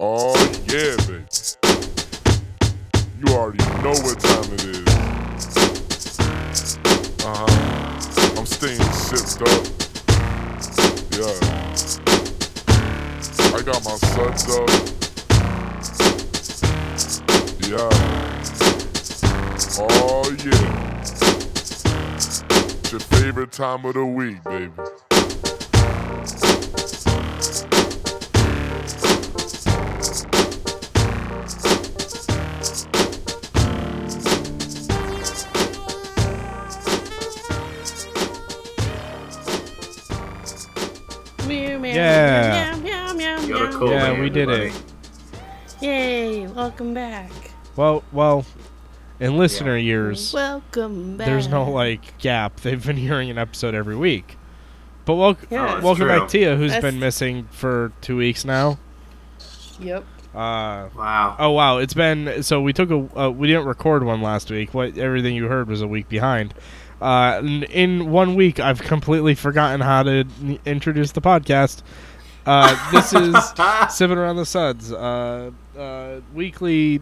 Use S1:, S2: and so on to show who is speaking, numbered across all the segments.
S1: Oh, yeah, baby. You already know what time it is. Uh huh. I'm staying sipped up. Yeah. I got my suds up. Yeah. Oh, yeah. It's your favorite time of the week, baby.
S2: Meow, meow,
S3: Yeah.
S2: Meow, meow, meow,
S4: You're
S2: meow.
S4: cool.
S3: yeah,
S4: man,
S3: we did
S4: everybody.
S3: it.
S2: Yay, welcome back.
S3: Well, well, in listener years,
S2: Welcome back.
S3: there's no like gap. They've been hearing an episode every week. But wel-
S2: Yeah.
S4: Oh, That's
S3: welcome back,
S4: true.
S3: Tia, who's
S2: That's-
S3: been missing for two weeks now.
S2: Yep.
S3: Uh,
S4: Wow.
S3: oh wow, it's been so we took a uh, we didn't record one last week. What everything you heard was a week behind. Uh, in, in one week, I've completely forgotten how to n- introduce the podcast. Uh, this is Sipping Around the Suds, uh, uh, weekly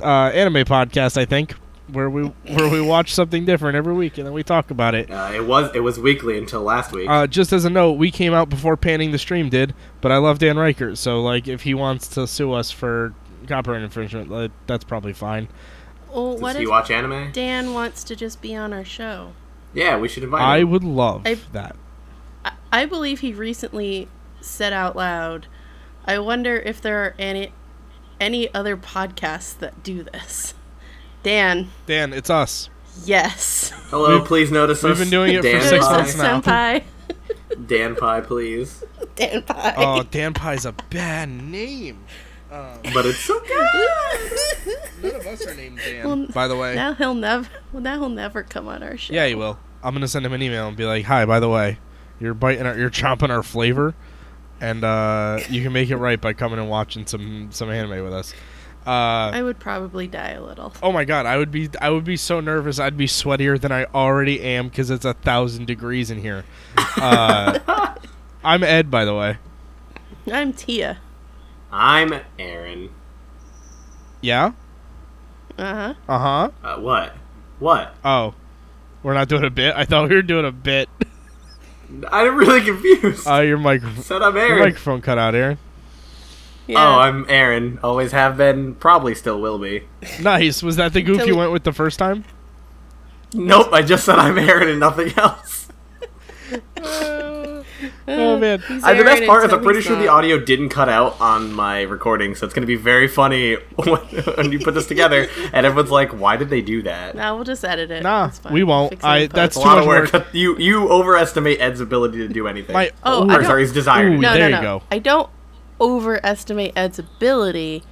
S3: uh, anime podcast, I think, where we where we watch something different every week and then we talk about it.
S4: Uh, it was it was weekly until last week.
S3: Uh, just as a note, we came out before Panning the Stream did, but I love Dan Reichert, so like if he wants to sue us for copyright infringement, like, that's probably fine.
S2: Oh,
S4: Does
S2: what
S4: he
S2: if
S4: watch anime?
S2: Dan wants to just be on our show?
S4: Yeah, we should invite
S3: I
S4: him.
S3: would love
S2: I-
S3: that.
S2: I, I believe he recently said out loud, I wonder if there are any any other podcasts that do this. Dan,
S3: Dan, it's us.
S2: yes.
S4: Hello,
S3: We've-
S4: please notice
S3: we've
S4: us.
S3: been doing it for
S4: Dan
S3: six
S4: Pie.
S3: months now.
S2: Senpai.
S4: Dan Pie, please.
S2: Dan Pie.
S3: Oh, Dan Pie's a bad name.
S4: But it's so good.
S3: None of us are named Dan,
S2: Well,
S3: by the way.
S2: now he'll never well, now he'll never come on our show.
S3: Yeah, you will. I'm gonna send him an email and be like, "Hi, by the way, you're biting, our, you're chomping our flavor, and uh, you can make it right by coming and watching some some anime with us." Uh,
S2: I would probably die a little.
S3: oh my god, I would be I would be so nervous. I'd be sweatier than I already am because it's a thousand degrees in here. Uh, I'm Ed, by the way.
S2: I'm Tia.
S4: I'm Aaron.
S3: Yeah.
S2: Uh-huh.
S3: Uh huh.
S4: Uh, what? What?
S3: Oh, we're not doing a bit. I thought we were doing a bit.
S4: I'm really confused.
S3: Uh, your mic
S4: Said I'm
S3: your
S4: Aaron.
S3: microphone cut out, Aaron.
S4: Oh, I'm Aaron. Always have been. Probably still will be.
S3: Nice. Was that the goof you
S2: Delete-
S3: went with the first time?
S4: Nope. I just said I'm Aaron and nothing else.
S3: Oh man.
S4: Uh, the best part is I'm pretty sure the audio didn't cut out on my recording, so it's going to be very funny when, when you put this together. And everyone's like, "Why did they do that?"
S2: Now we'll just edit it.
S3: Nah,
S2: It's fine.
S3: we won't.
S2: Fix it in
S3: I-
S2: post.
S3: that's
S4: a
S3: too
S4: lot
S3: much
S4: of work.
S3: work.
S4: You you overestimate Ed's ability to do anything.
S3: My
S2: Oh, I
S4: or
S2: don't-
S4: sorry, his desire. to
S3: Ooh,
S4: do
S2: no,
S3: there
S2: no,
S3: you
S2: no.
S3: go.
S2: I don't overestimate Ed's ability.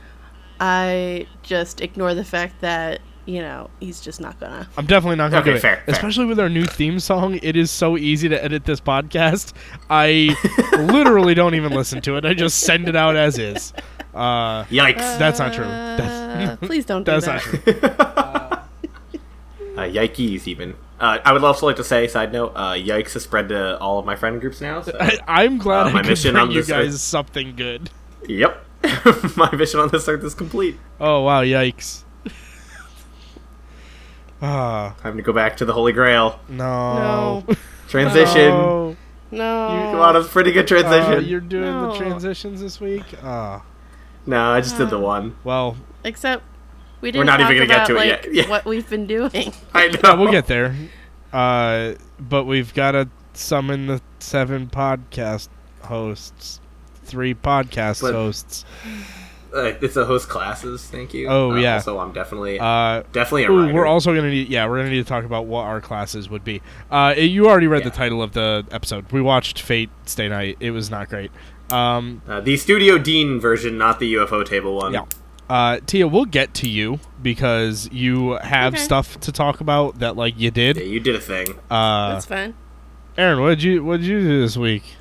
S2: I just ignore the fact that you know he's just not gonna.
S3: I'm definitely not gonna
S4: Okay,
S3: do it.
S4: fair, fair.
S3: Especially with our new theme song, it is so easy to edit this podcast. I literally don't even listen to it. I just send it out as is. Uh,
S4: Yikes!
S3: that's not true.
S2: Uh,
S3: That's,
S2: please don't do
S3: that's
S2: that.
S3: not true.
S4: Uh, yikes! Even. Uh, I would also like to say, side note, uh, yikes is spread to all of my friend groups now. So.
S3: I, I'm glad
S4: Uh,
S3: I
S4: my
S3: could
S4: mission
S3: bring
S4: on
S3: you
S4: this
S3: guys
S4: earth-
S3: something good.
S4: yep, my mission on this earth is complete.
S3: Oh wow, yikes. Ah,
S4: Time to go back to the Holy Grail.
S3: no.
S2: No,
S4: Transition.
S3: Oh,
S2: no.
S4: Come on, it was a pretty good
S3: uh,
S4: transition.
S3: you're doing
S2: No.
S3: the transitions this week? Ah,
S4: no, I just did the one.
S3: well,
S2: Except we didn't.
S4: not
S2: talk
S4: even gonna get
S2: about,
S4: to it
S2: like,
S4: yet. Yeah.
S2: What we've been doing.
S4: I know.
S3: Yeah, we'll get there. Uh, but we've got to summon the seven podcast hosts, three podcast
S4: But-
S3: hosts.
S4: Uh, it's a host classes. Thank you.
S3: Oh,
S4: Uh,
S3: yeah.
S4: Also, I'm definitely
S3: Uh,
S4: definitely a
S3: ooh,
S4: writer.
S3: we're also gonna need. Yeah, we're gonna need to talk about what our classes would be. Uh, it- you already read the
S4: Yeah.
S3: title of the episode. We watched Fate Stay Night. It was not great. Um,
S4: Uh, the Studio Dean version, not the UFO table one.
S3: yeah. Uh, Tia, we'll get to you because you have
S2: Okay.
S3: stuff to talk about that like you
S4: Yeah,
S3: did.
S4: you did a thing.
S3: Uh,
S2: That's fine.
S3: Aaron, what did you what did you do this week?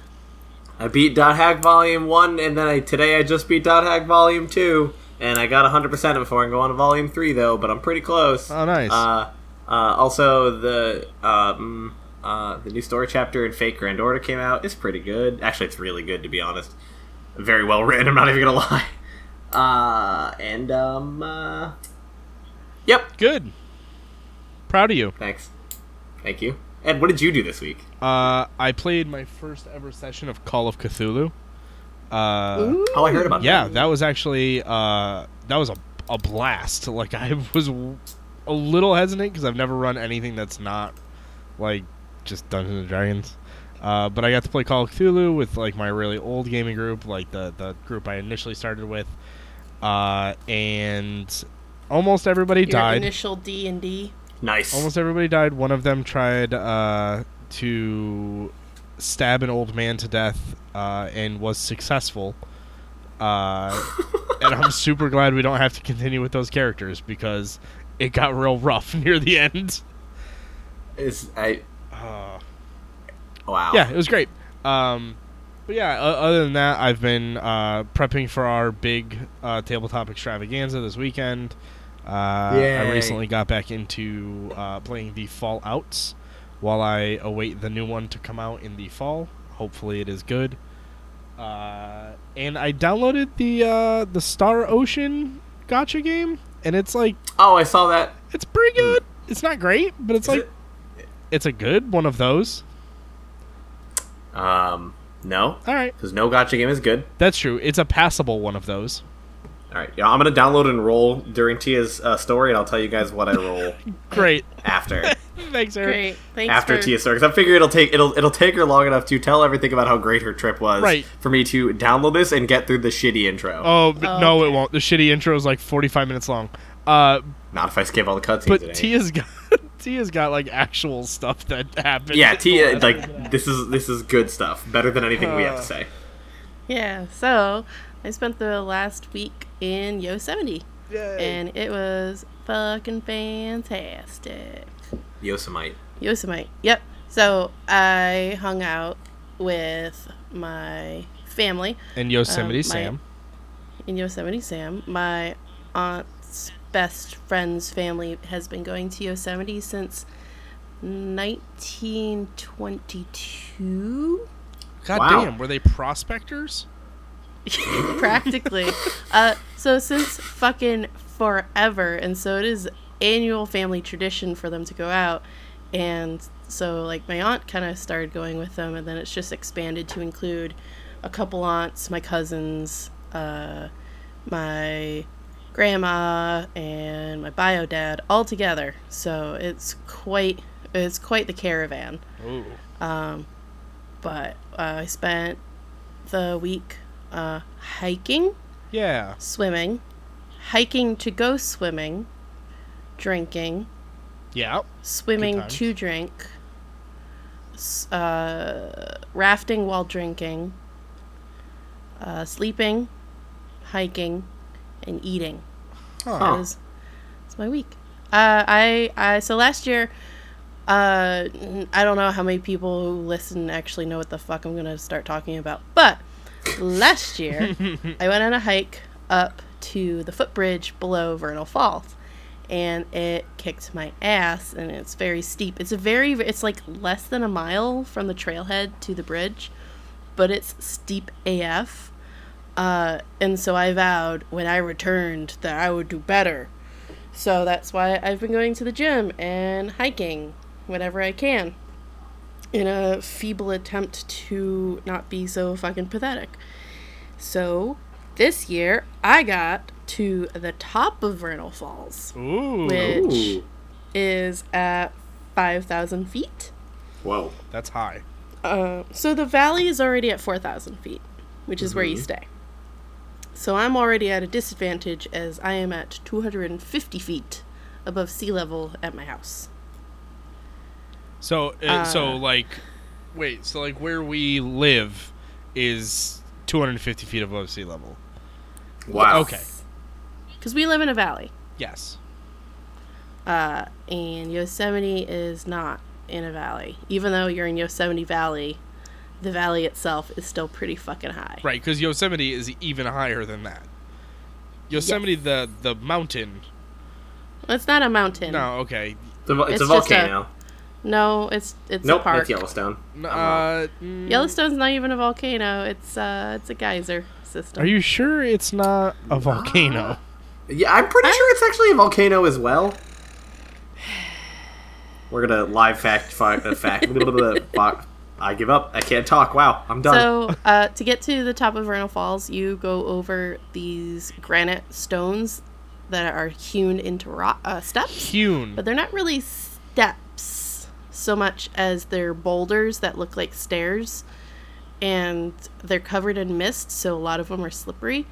S4: I beat Dot Hack Volume One, and then I today I just beat Dot Hack Volume Two, and I got 100 percent before I can go on to Volume Three though, but I'm pretty close.
S3: Oh, nice.
S4: Uh, uh, also, the um, uh, the new story chapter in Fake Grand Order came out. It's pretty good. Actually, it's really good to be honest. Very well written. I'm not even gonna lie. Uh, and um, uh, yep.
S3: Good. Proud of you.
S4: Thanks. Thank you. Ed, what did you do this week?
S3: Uh, I played my first ever session of Call of Cthulhu. Uh,
S4: Oh, I heard about
S3: yeah,
S4: that.
S3: that was actually uh, that was a, a blast. Like I was w- a little hesitant because I've never run anything that's not like just Dungeons and Dragons. Uh, but I got to play Call of Cthulhu with like my really old gaming group, like the the group I initially started with, uh, and almost everybody
S2: Your
S3: died.
S2: initial D and D.
S4: Nice.
S3: Almost everybody died. One of them tried uh, to stab an old man to death uh, and was successful. Uh, and I'm super glad we don't have to continue with those characters because it got real rough near the end.
S4: Is I.
S3: Uh,
S4: Wow.
S3: yeah, it was great. Um, but yeah, o- other than that, I've been uh, prepping for our big uh, tabletop extravaganza this weekend. Uh, I
S4: Yay.
S3: recently got back into uh, playing the Fallouts while I await the new one to come out in the fall. Hopefully, it is good. Uh, and I downloaded the uh, the Star Ocean gotcha game, and it's like
S4: Oh, I saw that.
S3: it's pretty good. It's not great, but it's
S4: Hmm. Is
S3: like it's a good one of those.
S4: it- um, no,
S3: All right,
S4: because no gotcha game is good.
S3: that's true. It's a passable one of those.
S4: All right, yeah, I'm gonna download and roll during Tia's uh, story, and I'll tell you guys what I roll
S3: Great.
S4: after
S3: Thanks, Eric.
S2: Great. Thanks
S4: Er, after
S2: for
S4: Tia's story. Because I figure it'll take it'll it'll take her long enough to tell everything about how great her trip was
S3: Right.
S4: for me to download this and get through the shitty intro.
S3: Oh, but
S2: Oh,
S3: no,
S2: okay.
S3: it won't. The shitty intro is like 45 minutes long. Uh,
S4: Not if I skip all the cutscenes.
S3: but
S4: it ain't.
S3: Tia's got Tia's got like actual stuff that happened.
S4: yeah, Tia, like this is this is good stuff. Better than anything we
S3: Uh.
S4: have to say.
S2: Yeah, so I spent the last week in Yosemite, and it was fucking fantastic.
S4: Yosemite.
S2: Yosemite, yep. So I hung out with my family
S3: and Yosemite
S2: Um, my-
S3: Sam.
S2: in Yosemite Sam. My aunt's best friend's family has been going to Yosemite since 1922.
S3: God
S4: Wow.
S3: damn, were they prospectors?
S2: practically. uh, so since fucking forever, and so it is annual family tradition for them to go out, and so like my aunt kind of started going with them, and then it's just expanded to include a couple aunts, my cousins, uh, my grandma, and my bio dad all together. So it's quite it's quite the caravan
S3: Ooh.
S2: but uh, I spent the week uh, hiking,
S3: Yeah.
S2: swimming, hiking to go swimming, drinking,
S3: Yeah.
S2: swimming
S3: times.
S2: to drink, s- uh, rafting while drinking, uh, sleeping, hiking, and eating.
S3: Huh.
S2: That
S4: Oh,
S2: was it's my week. Uh, I, I so last year, uh, n- I don't know how many people who listen actually know what the fuck I'm gonna start talking about, but last year I went on a hike up to the footbridge below Vernal Falls, and it kicked my ass, and it's very steep. It's a very it's like less than a mile from the trailhead to the bridge, but it's steep AF. Uh, and so I vowed when I returned that I would do better. So that's why I've been going to the gym and hiking whenever I can in a feeble attempt to not be so fucking pathetic. So this year I got to the top of Vernal Falls,
S3: Ooh.
S2: which
S4: Ooh.
S2: is at 5,000 feet.
S4: Whoa.
S3: That's high.
S2: Uh, so the valley is already at 4,000 feet, which is where you stay. So I'm already at a disadvantage as I am at 250 feet above sea level at my house.
S3: So uh, so like wait, so like where we live is 250 feet above sea level.
S4: Wow.
S3: Okay.
S2: Because we live in a valley,
S3: Yes.
S2: uh, and Yosemite is not in a valley. Even though you're in Yosemite Valley, the valley itself is still pretty fucking high.
S3: Right, because Yosemite is even higher than that. Yosemite, the the mountain.
S2: It's not a mountain.
S3: No, okay.
S4: It's a, vo- it's
S2: It's
S4: a
S2: just a-
S4: volcano.
S2: No, it's it's a
S4: Nope,
S2: park.
S4: that's Yellowstone.
S3: Uh, mm,
S2: Yellowstone's not even a volcano. It's uh, it's a geyser system.
S3: are you sure it's not a volcano?
S4: Yeah, I'm pretty sure it's actually a volcano as well. We're gonna live fact fact uh, fact. blah, blah, blah, blah. I give up. I can't talk. Wow, I'm done.
S2: So, uh, to get to the top of Vernal Falls, you go over these granite stones that are hewn into rock, uh, steps,
S3: Hewn.
S2: but they're not really steps so much as they're boulders that look like stairs, and they're covered in mist, so a lot of them are slippery,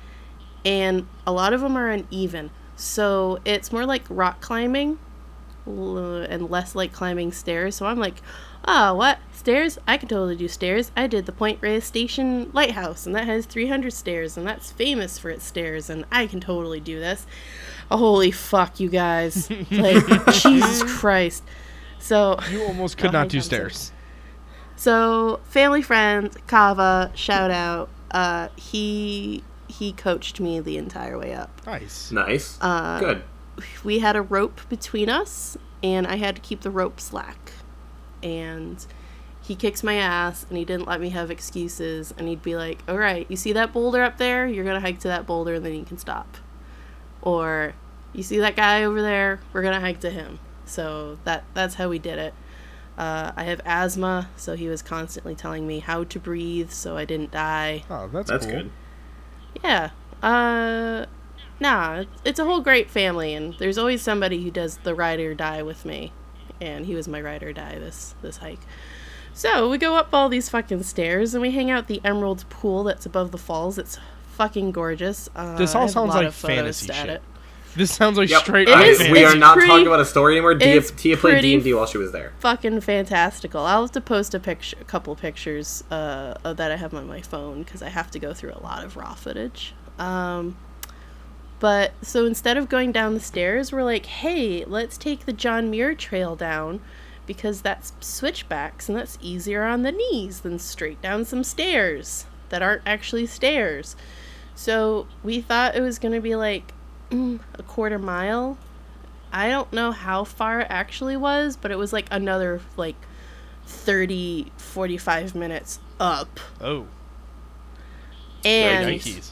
S2: and a lot of them are uneven. So it's more like rock climbing l- and less like climbing stairs. So I'm like, ah, what? Stairs? I can totally do stairs. I did the Point Reyes Station Lighthouse, and that has 300 stairs, and that's famous for its stairs, and I can totally do this. Holy fuck, you guys. Like, Jesus Christ. So.
S3: You almost could
S2: Oh,
S3: not
S2: hang
S3: do
S2: on a sec.
S3: stairs.
S2: So family friend Kava, shout out. Uh, he he coached me the entire way up.
S3: Nice.
S4: nice.
S2: uh,
S4: Good.
S2: We had a rope between us, and I had to keep the rope slack. And he kicks my ass, and he didn't let me have excuses. And he'd be like, "All right, you see that boulder up there? You're gonna hike to that boulder, and then you can stop." Or, "You see that guy over there? We're gonna hike to him." So that that's how we did it. Uh, I have asthma, so he was constantly telling me how to breathe so I didn't die.
S3: Oh, that's
S4: That's
S3: cool.
S4: good.
S2: Yeah. Uh, nah, it's- it's a whole great family, and there's always somebody who does the ride or die with me, and he was my ride or die this this hike. So we go up all these fucking stairs, and we hang out at the Emerald Pool that's above the falls. It's fucking gorgeous. Uh,
S3: This all
S2: I have a
S3: sounds
S2: lot
S3: like
S2: of photos
S3: fantasy
S2: at
S3: shit.
S2: it.
S3: This sounds like
S4: Yep.
S3: straight.
S2: It
S4: I-
S2: is-
S3: fantasy.
S4: we
S2: it's
S4: are not
S2: pretty-
S4: talking about a story anymore. Dia,
S2: it's
S4: Tia played
S2: pretty-
S4: D and D while she was there.
S2: Fucking fantastical. I'll have to post a picture, a couple pictures uh, of that I have on my phone because I have to go through a lot of raw footage. Um, But so instead of going down the stairs, we're like, hey, let's take the John Muir Trail down because that's switchbacks and that's easier on the knees than straight down some stairs that aren't actually stairs. So we thought it was going to be like mm, a quarter mile. I don't know how far it actually was, but it was like another like 30, 45 minutes up.
S3: Oh,
S2: And
S3: yikes.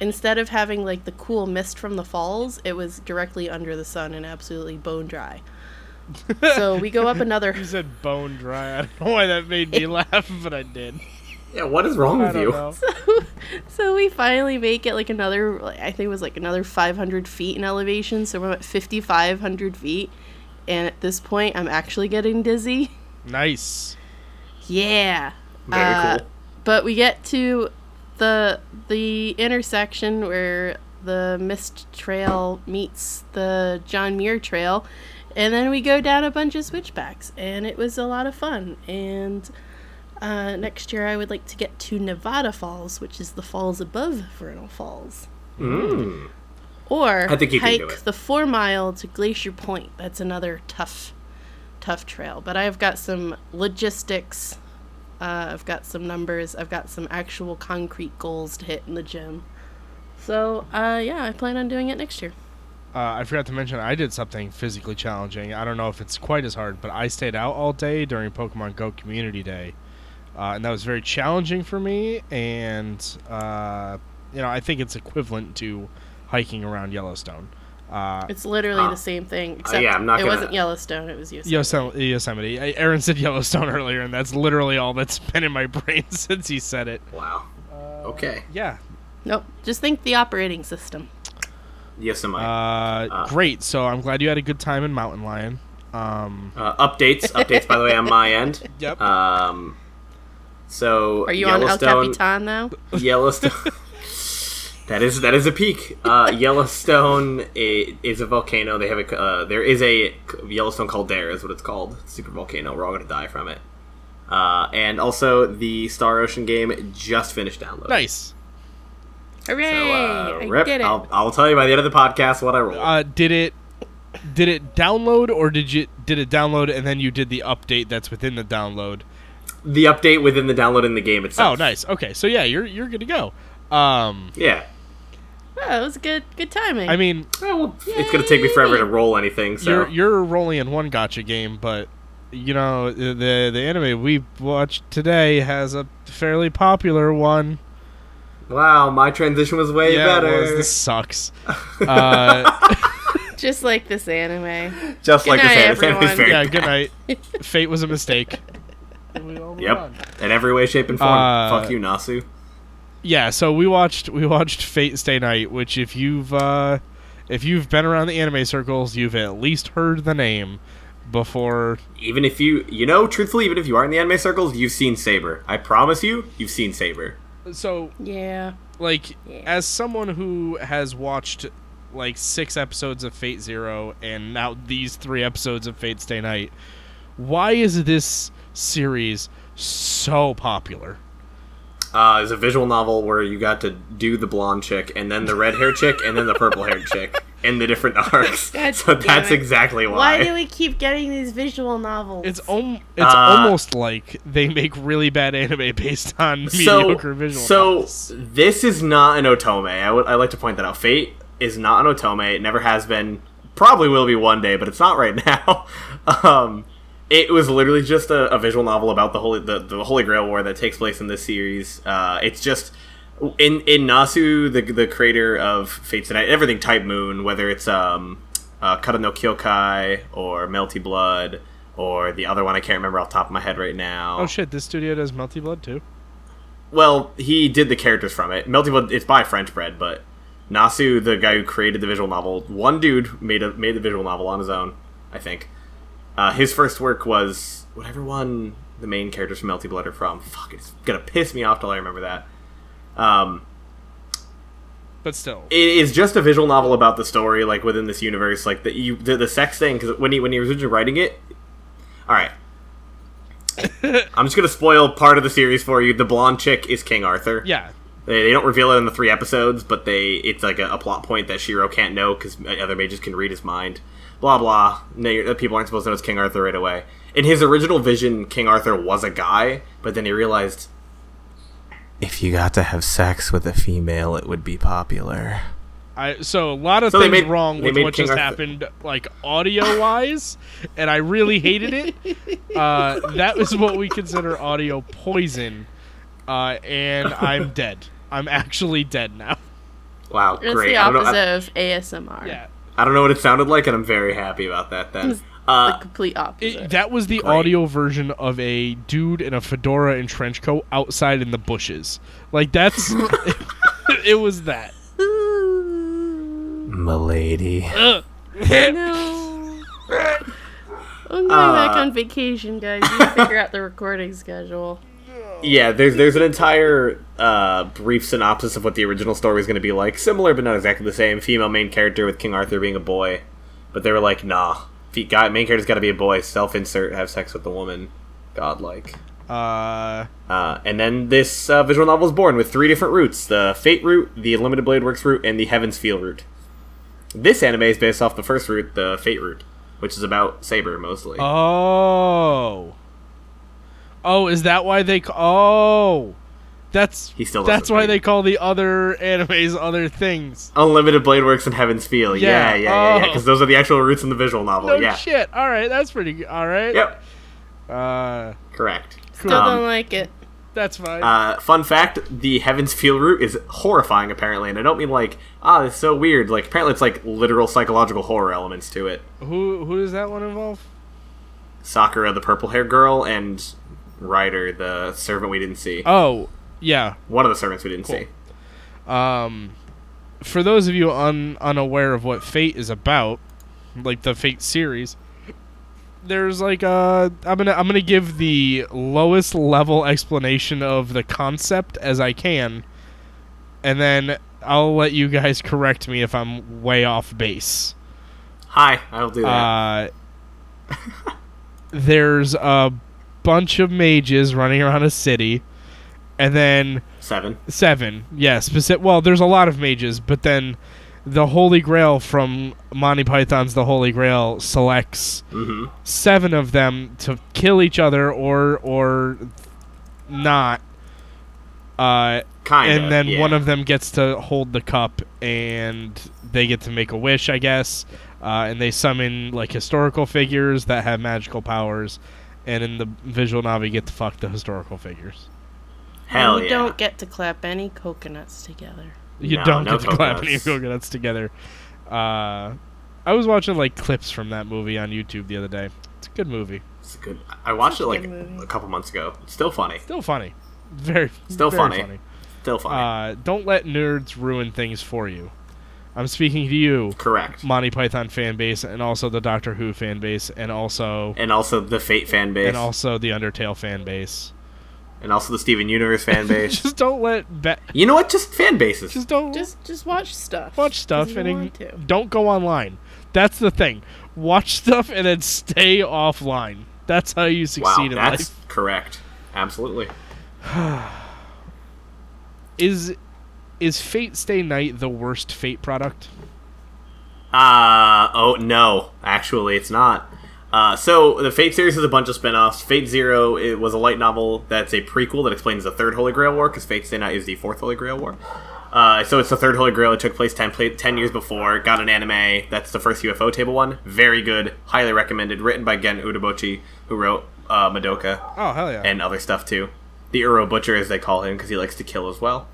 S2: instead of having like the cool mist from the falls, it was directly under the sun and absolutely bone dry. so we go up another.
S3: You said bone dry. I don't know why that made me laugh, but I did.
S4: Yeah, what is wrong
S3: I
S4: with
S3: don't
S4: you?
S3: know.
S2: So we finally make it like another. Like, I think it was like another 500 feet in elevation. So we're at 5,500 feet, and at this point, I'm actually getting dizzy.
S3: Nice.
S2: Yeah.
S4: Very
S2: Uh,
S4: cool.
S2: But we get to the the intersection where the Mist Trail meets the John Muir Trail, and then we go down a bunch of switchbacks, and it was a lot of fun. And uh, next year, I would like to get to Nevada Falls, which is the falls above Vernal Falls. Or
S4: Hmm. I think you can
S2: hike
S4: do it.
S2: the four mile to Glacier Point. That's another tough, tough trail. But I've got some logistics uh, I've got some numbers. I've got some actual concrete goals to hit in the gym. So, uh, yeah, I plan on doing it next year.
S3: Uh, I forgot to mention I did something physically challenging. I don't know if it's quite as hard, but I stayed out all day during Pokemon Go Community Day, uh, and that was very challenging for me. And uh, you know, I think it's equivalent to hiking around Yellowstone. Uh,
S2: It's literally
S4: Huh.
S2: the same thing, except
S4: uh, yeah, I'm not
S2: it
S4: gonna-
S2: wasn't Yellowstone, it was Yosemite.
S3: Yosem- Yosemite. I- Aaron said Yellowstone earlier, and that's literally all that's been in my brain since he said it.
S4: Wow.
S3: uh,
S4: okay.
S3: Yeah.
S2: Nope, just think the operating system.
S4: Yes, am I? Uh,
S3: Uh, great. So I'm glad you had a good time in Mountain Lion. Um,
S4: Uh, updates. updates. By the way, on my end.
S3: Yep.
S4: Um. So
S2: Are you on El
S4: Yellowstone, uh,
S2: Capitan now?
S4: Yellowstone. that is that is a peak. Uh, Yellowstone i- is a volcano. They have a c- uh, there is a c- Yellowstone caldera is what it's called. Super volcano. We're all gonna die from it. Uh, and also the Star Ocean game just finished downloading.
S3: nice.
S2: Hooray!
S4: So, uh,
S2: I
S4: rip.
S2: did it.
S4: I'll, I'll tell you by the end of the podcast what I rolled.
S3: Uh, did it did it download or did you did it download and then you did the update that's within the download?
S4: the update within the download in the game
S3: Oh,
S4: itself.
S3: nice. Okay, so yeah, you're you're good to go. Um,
S4: Yeah.
S2: Oh, it was good, good timing.
S3: I mean,
S4: Well, it's gonna take me forever to roll anything. So
S3: you're you're rolling in one gotcha game, but you know the the anime we watched today has a fairly popular one.
S4: Wow, my transition was way
S3: yeah, it
S4: better.
S3: was. this sucks. uh,
S2: Just like this anime.
S4: Just
S2: Good
S4: like
S2: night,
S4: this anime is
S2: everyone.
S4: very
S3: yeah, good night. Fate was a mistake. We all move
S4: Yep.
S3: on.
S4: In every way, shape, and form.
S3: Uh,
S4: Fuck you, Nasu.
S3: Yeah, so we watched we watched Fate Stay Night, which if you've uh, if you've been around the anime circles, you've at least heard the name before.
S4: Even if you, you know, truthfully, even if you aren't in the anime circles, you've seen Saber. I promise you, you've seen Saber.
S3: So
S2: Yeah.
S3: like
S2: Yeah.
S3: as someone who has watched like six episodes of Fate Zero and now these three episodes of Fate Stay Night, why is this series so popular?
S4: Uh, is a visual novel where you got to do the blonde chick, and then the red hair chick, and then the purple haired chick, in the different arcs.
S2: God
S4: so
S2: damn
S4: that's
S2: it.
S4: exactly
S2: Why
S4: why.
S2: do we keep getting these visual novels?
S3: It's om- it's
S4: Uh,
S3: almost like they make really bad anime based on
S4: so,
S3: mediocre visual.
S4: so
S3: novels.
S4: this is not an otome. I would I like to point that out. Fate is not an otome. It never has been. Probably will be one day, but it's not right now. um, it was literally just a, a visual novel about the holy the, the Holy Grail War that takes place in this series. Uh, it's just in in Nasu, the the creator of Fate's Night, everything Type Moon, whether it's um, uh, Kata no Kyokai or Melty Blood or the other one I can't remember off the top of my head right now.
S3: oh shit, this studio does Melty Blood too.
S4: Well, he did the characters from it. Melty Blood, it's by French Bread, but Nasu, the guy who created the visual novel, one dude made a, made the visual novel on his own, I think. Uh, his first work was whatever one the main characters from Melty Blood are from. Fuck, it's gonna piss me off till I remember that. Um,
S3: But still,
S4: it is just a visual novel about the story, like within this universe, like the you, the, the sex thing. Because when he when he was originally writing it, all right, I'm just gonna spoil part of the series for you. The blonde chick is King Arthur.
S3: yeah,
S4: They, they don't reveal it in the three episodes, but they it's like a, a plot point that Shiro can't know because other mages can read his mind. Blah blah. No, you're- people aren't supposed to know it's King Arthur right away. In his original vision, King Arthur was a guy, but then he realized if you got to have sex with a female, it would be popular.
S3: I so a lot of
S4: So they
S3: things
S4: made-
S3: wrong
S4: they
S3: with
S4: made
S3: what
S4: King
S3: just
S4: Arthur-
S3: happened, like audio wise, and I really hated it. Uh, that was what we consider audio poison, uh, and I'm dead. I'm actually dead now.
S4: Wow,
S2: It's
S4: great!
S2: the
S4: I, don't know,
S2: opposite
S4: I,
S2: of ASMR.
S3: Yeah,
S4: I don't know what it sounded like, and I'm very happy about that. Then,
S2: The
S4: uh,
S2: complete opposite.
S3: it, that was the
S4: Great.
S3: audio version of a dude in a fedora and trench coat outside in the bushes. Like that's, it was that.
S4: milady.
S3: Ugh.
S2: no. I'm going back
S4: Uh,
S2: on vacation, guys. You figure out the recording schedule.
S4: Yeah, there's there's an entire uh, brief synopsis of what the original story was going to be like, similar but not exactly the same. Female main character with King Arthur being a boy, but they were like, nah, fe- guy main character's got to be a boy. Self insert, have sex with the woman, godlike.
S3: Uh,
S4: Uh, and then this uh, visual novel is born with three different routes: the Fate route, the Limited Blade Works route, and the Heaven's Feel route. This anime is based off the first route, the Fate route, which is about Saber mostly.
S3: Oh. Oh, is that why they ca- Oh. That's
S4: He still
S3: That's
S4: doesn't
S3: why
S4: read.
S3: they call the other animes other things.
S4: Unlimited Blade Works and Heaven's Feel.
S3: Yeah.
S4: Yeah, yeah, yeah, yeah.
S3: Oh.
S4: Because those are the actual roots in the visual novel.
S3: No
S4: Oh, yeah.
S3: shit. All right, that's pretty good. All right.
S4: Yep.
S3: Uh
S4: Correct.
S3: cool.
S2: Still
S4: Um,
S2: don't like it.
S3: that's fine.
S4: Uh, fun fact: the Heaven's Feel route is horrifying, apparently, and I don't mean like ah, it's so weird. Like apparently, it's like literal psychological horror elements to it.
S3: who who does that one involve?
S4: Sakura, the purple hair girl, and Ryder, the servant we didn't see.
S3: Oh, yeah.
S4: One of the servants we didn't see.
S3: Um for those of you un- unaware of what Fate is about, like the Fate series, there's like uh I'm gonna I'm gonna give the lowest level explanation of the concept as I can, and then I'll let you guys correct me if I'm way off base.
S4: Hi, I will do that.
S3: Uh, there's a bunch of mages running around a city, and then
S4: Seven.
S3: Seven, yeah. Specific. Well, there's a lot of mages, but then the Holy Grail from Monty Python's The Holy Grail selects
S4: Mhm.
S3: seven of them to kill each other or or not. Uh,
S4: Kind of.
S3: and then
S4: yeah.
S3: one of them gets to hold the cup and they get to make a wish i guess uh, and they summon like historical figures that have magical powers and in the visual novel you get to fuck the historical figures
S4: Hell
S2: you
S4: yeah.
S2: don't get to clap any coconuts together.
S3: you
S4: No,
S3: don't
S4: no
S3: get to clap any
S4: coconuts.
S3: coconuts together uh, i was watching like clips from that movie on youtube the other day it's a good movie
S4: It's a good. I watched
S2: Such
S4: it
S2: a
S4: like
S2: good movie.
S4: a couple months ago. It's still funny.
S3: still funny very
S4: Still
S3: very
S4: funny. Still funny.
S3: Uh, don't let nerds ruin things for you i'm speaking to you
S4: Correct.
S3: Monty Python fan base and also the Doctor Who fan base and also
S4: and also the Fate fan base,
S3: and also the Undertale fan base.
S4: and also the Steven Universe fan base.
S3: Just don't let ba-
S4: you know what? Just fan bases.
S3: just don't
S2: Just just watch stuff.
S3: watch
S2: 'cause
S3: stuff
S2: you
S3: and
S2: want
S3: ig-
S2: to.
S3: don't go online. That's the thing. Watch stuff and then stay offline. That's how you
S4: wow,
S3: succeed in
S4: that's
S3: life.
S4: correct. Absolutely.
S3: Is is Fate Stay Night the worst Fate product?
S4: Uh oh no, actually it's not. Uh, so the Fate series is a bunch of spin-offs. Fate Zero it was a light novel that's a prequel that explains the Third Holy Grail War because Fate Stay Night is the Fourth Holy Grail War. Uh, so it's the Third Holy Grail. It took place 10, pla- 10 years before. Got an anime. That's the first UFO table one. Very good. Highly recommended. Written by Gen Udabochi, who wrote uh, Madoka
S3: Oh hell yeah.
S4: and other stuff too. The Uro Butcher, as they call him, because he likes to kill as well.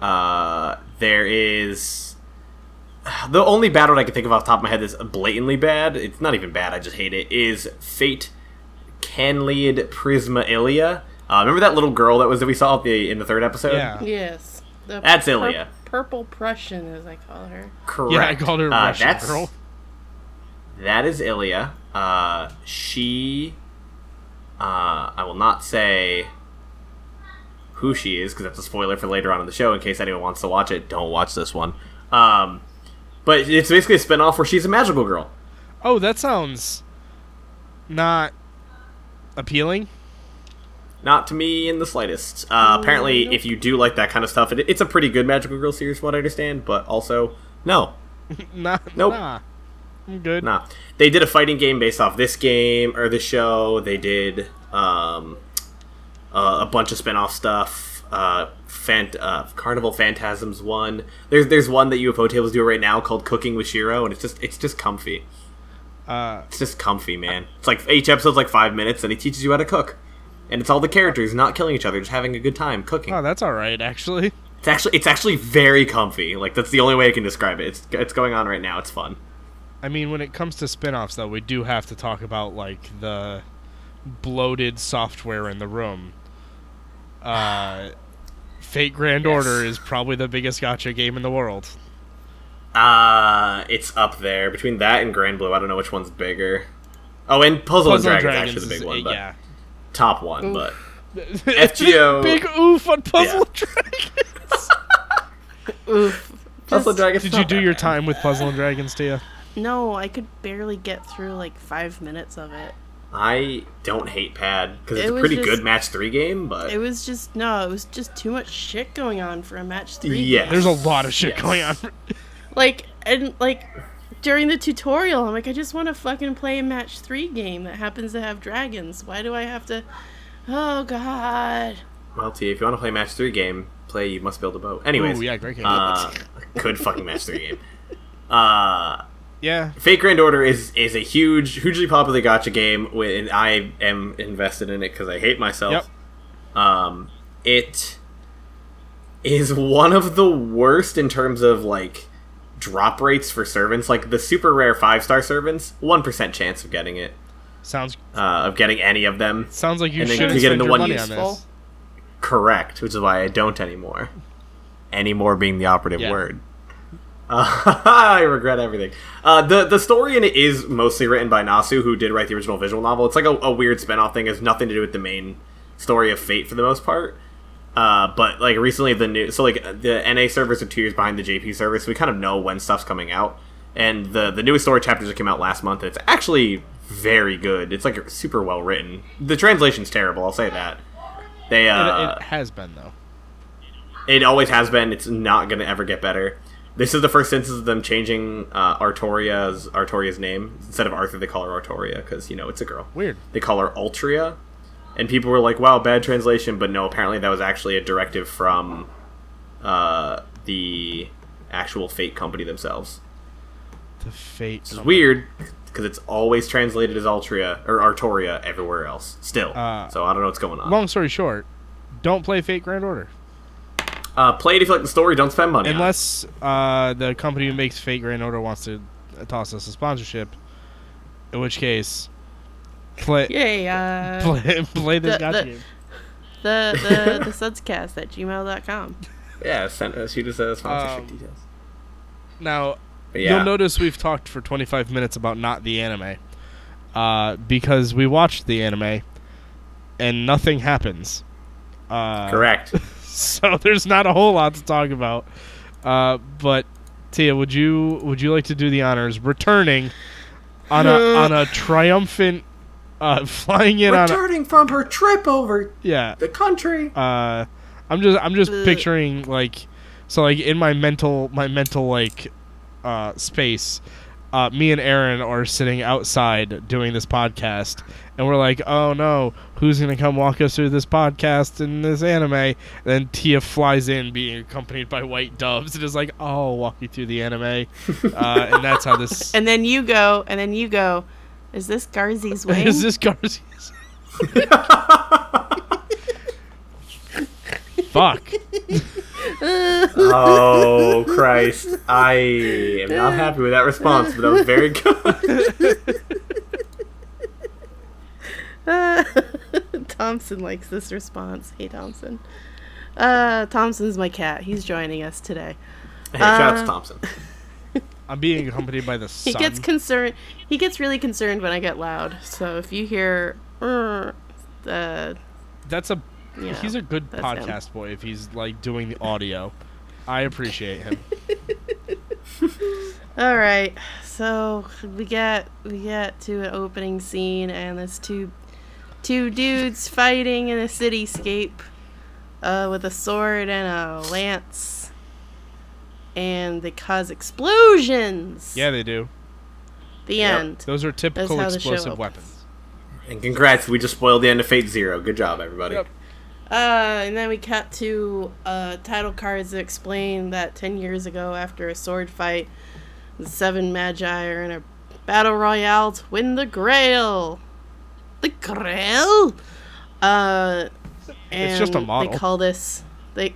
S4: Uh, there is the only bad one I can think of off the top of my head that's blatantly bad. It's not even bad. I just hate it. Is Fate Canliad Prisma Ilia? Uh, remember that little girl that was that we saw at the, in the third episode?
S3: Yeah.
S2: Yes. The
S4: That's Ilya.
S2: Purple Prussian, as I call her.
S4: correct.
S3: yeah, I called her
S4: Uh,
S3: Russian
S4: that's-
S3: girl.
S4: That is Ilya. Uh, she. Uh, I will not say who she is because that's a spoiler for later on in the show. In case anyone wants to watch it, don't watch this one. Um, but it's basically a spinoff where she's a magical girl.
S3: Oh, that sounds not appealing.
S4: Not to me in the slightest. Uh, apparently, if you do like that kind of stuff, it, it's a pretty good magical girl series, from what I understand. But also, no,
S3: Nah,
S4: Nope.
S3: nah. I'm good.
S4: Nah. They did a fighting game based off this game or the show. They did um, uh, a bunch of spin-off stuff. Uh, Fant- uh, Carnival Phantasms one. There's there's one that UFO tables do right now called Cooking with Shiro, and it's just it's just comfy.
S3: Uh,
S4: It's just comfy, man. It's like each episode's like five minutes, and he teaches you how to cook. And it's all the characters not killing each other, just having a good time cooking.
S3: Oh, that's all right, actually.
S4: It's actually it's actually very comfy. Like that's the only way I can describe it. It's it's going on right now. It's fun.
S3: I mean, when it comes to spin-offs, though, we do have to talk about like the bloated software in the room. Uh, Fate Grand Order is probably the biggest gotcha game in the world.
S4: Uh, it's up there between that and Grand Blue. I don't know which one's bigger. Oh, and Puzzle,
S3: Puzzle
S4: and Dragons,
S3: Dragons
S4: actually the
S3: is-
S4: big one,
S3: uh,
S4: but
S3: yeah.
S4: top one. But FGO.
S3: big oof on Puzzle
S4: Yeah.
S3: Dragons.
S2: Oof.
S4: Puzzle and Dragons.
S3: Did
S4: not
S3: you do
S4: that
S3: your
S4: bad.
S3: time with Puzzle and Dragons, Tia?
S2: No, I could barely get through like five minutes of it.
S4: I don't hate Pad because it's
S2: It
S4: a
S2: was
S4: pretty
S2: just-
S4: good match three game, but
S2: It was just no, it was just too much shit going on for a match three.
S4: yeah,
S3: There's a lot of shit
S4: Yes.
S3: going on.
S2: Like and like during the tutorial, I'm like, I just want to fucking play a match three game that happens to have dragons. Why do I have to? Oh God.
S4: Well, T, if you want to play match three game, play you must build a boat. Anyways,
S3: Ooh, yeah, great game.
S4: uh, good fucking match three game. Uh,
S3: yeah,
S4: Fate Grand Order is is a huge, hugely popular gotcha game, wi- and I am invested in it because I hate myself. Um, it is one of the worst in terms of like drop rates for servants. Like the super rare five star servants, one percent chance of getting it,
S3: sounds
S4: uh, of getting any of them.
S3: sounds like you
S4: And then
S3: should
S4: you
S3: spend
S4: get into
S3: your
S4: one
S3: money on
S4: useful.
S3: this.
S4: Correct, which is why I don't anymore. Anymore being the operative
S3: Yeah.
S4: word. Uh, I regret everything. Uh, the the story in it is mostly written by Nasu, who did write the original visual novel. It's like a, a weird spin-off thing. It has nothing to do with the main story of Fate for the most part. Uh, but like recently, the new so like the NA servers are two years behind the JP servers, so we kind of know when stuff's coming out. And the the newest story chapters that came out last month, it's actually very good. It's like super well written. The translation's terrible, I'll say that. They
S3: It-
S4: uh,
S3: it has been though.
S4: it always has been. It's not going to ever get better. This is the first instance of them changing uh, Artoria's Artoria's name instead of Arthur. They call her Artoria because you know it's a girl.
S3: Weird.
S4: They call her Altria, and people were like, "Wow, bad translation," but no, apparently that was actually a directive from uh, the actual Fate company themselves.
S3: The fate.
S4: It's weird because it's always translated as Altria or Artoria everywhere else. Still,
S3: Uh,
S4: so I don't know what's going on.
S3: Long story short, don't play Fate Grand Order
S4: uh, play it if you like the story. Don't spend money. on it.
S3: unless uh, the company who makes Fate Grand Order wants to toss us a sponsorship. In which case, play
S2: Yay, uh,
S3: play, play this
S2: The-
S3: gotcha
S2: the-
S3: game.
S2: the, the, the sudscast at gmail.com.
S4: yeah, send us. Shoot us uh, sponsorship
S3: Um,
S4: details.
S3: Now
S4: But yeah,
S3: You'll notice we've talked for 25 minutes about not the anime. Uh, because we watched the anime and nothing happens. Uh,
S4: correct.
S3: So there's not a whole lot to talk about. Uh, but Tia, would you would you like to do the honors returning on a on a triumphant uh, flying in on a,
S4: Returning from her trip over
S3: yeah.
S4: the country.
S3: Uh, I'm just I'm just
S2: Ugh.
S3: picturing like so like in my mental my mental like uh, space, uh, me and Aaron are sitting outside doing this podcast, and we're like, oh no, who's gonna come walk us through this podcast and this anime? And then Tia flies in, being accompanied by white doves, and is like, oh, I'll walk you through the anime, uh, and that's how this
S2: And then you go, and then you go, is this Garzy's way?
S3: is this Garcia's. Fuck.
S4: oh Christ! I am not happy with that response, but that was very good.
S2: Thompson likes this response. Hey, Thompson. Uh, Thompson's my cat. He's joining us today.
S4: hey, shout
S3: Um,
S4: out to Thompson.
S3: I'm being accompanied by the
S2: He
S3: sun.
S2: gets concerned. He gets really concerned when I get loud. So if you hear, "Er," uh,
S3: That's a
S2: you know,
S3: he's a good
S2: that's him.
S3: podcast boy if he's like doing the audio. I appreciate him.
S2: All right, so we get we get to an opening scene, and there's two two dudes fighting in a cityscape uh, with a sword and a lance, and they cause explosions.
S3: Yeah, they do.
S2: the end.
S3: Those are typical
S2: how the show
S3: explosive
S2: opens.
S3: weapons.
S4: And congrats, we just spoiled the end of Fate Zero. Good job, everybody.
S3: Yep.
S2: Uh, and then we cut to uh, title cards that explain that 10 years ago, after a sword fight, the seven magi are in a battle royale to win the grail. The grail? Uh, and
S3: It's just a model.
S2: They call this. They,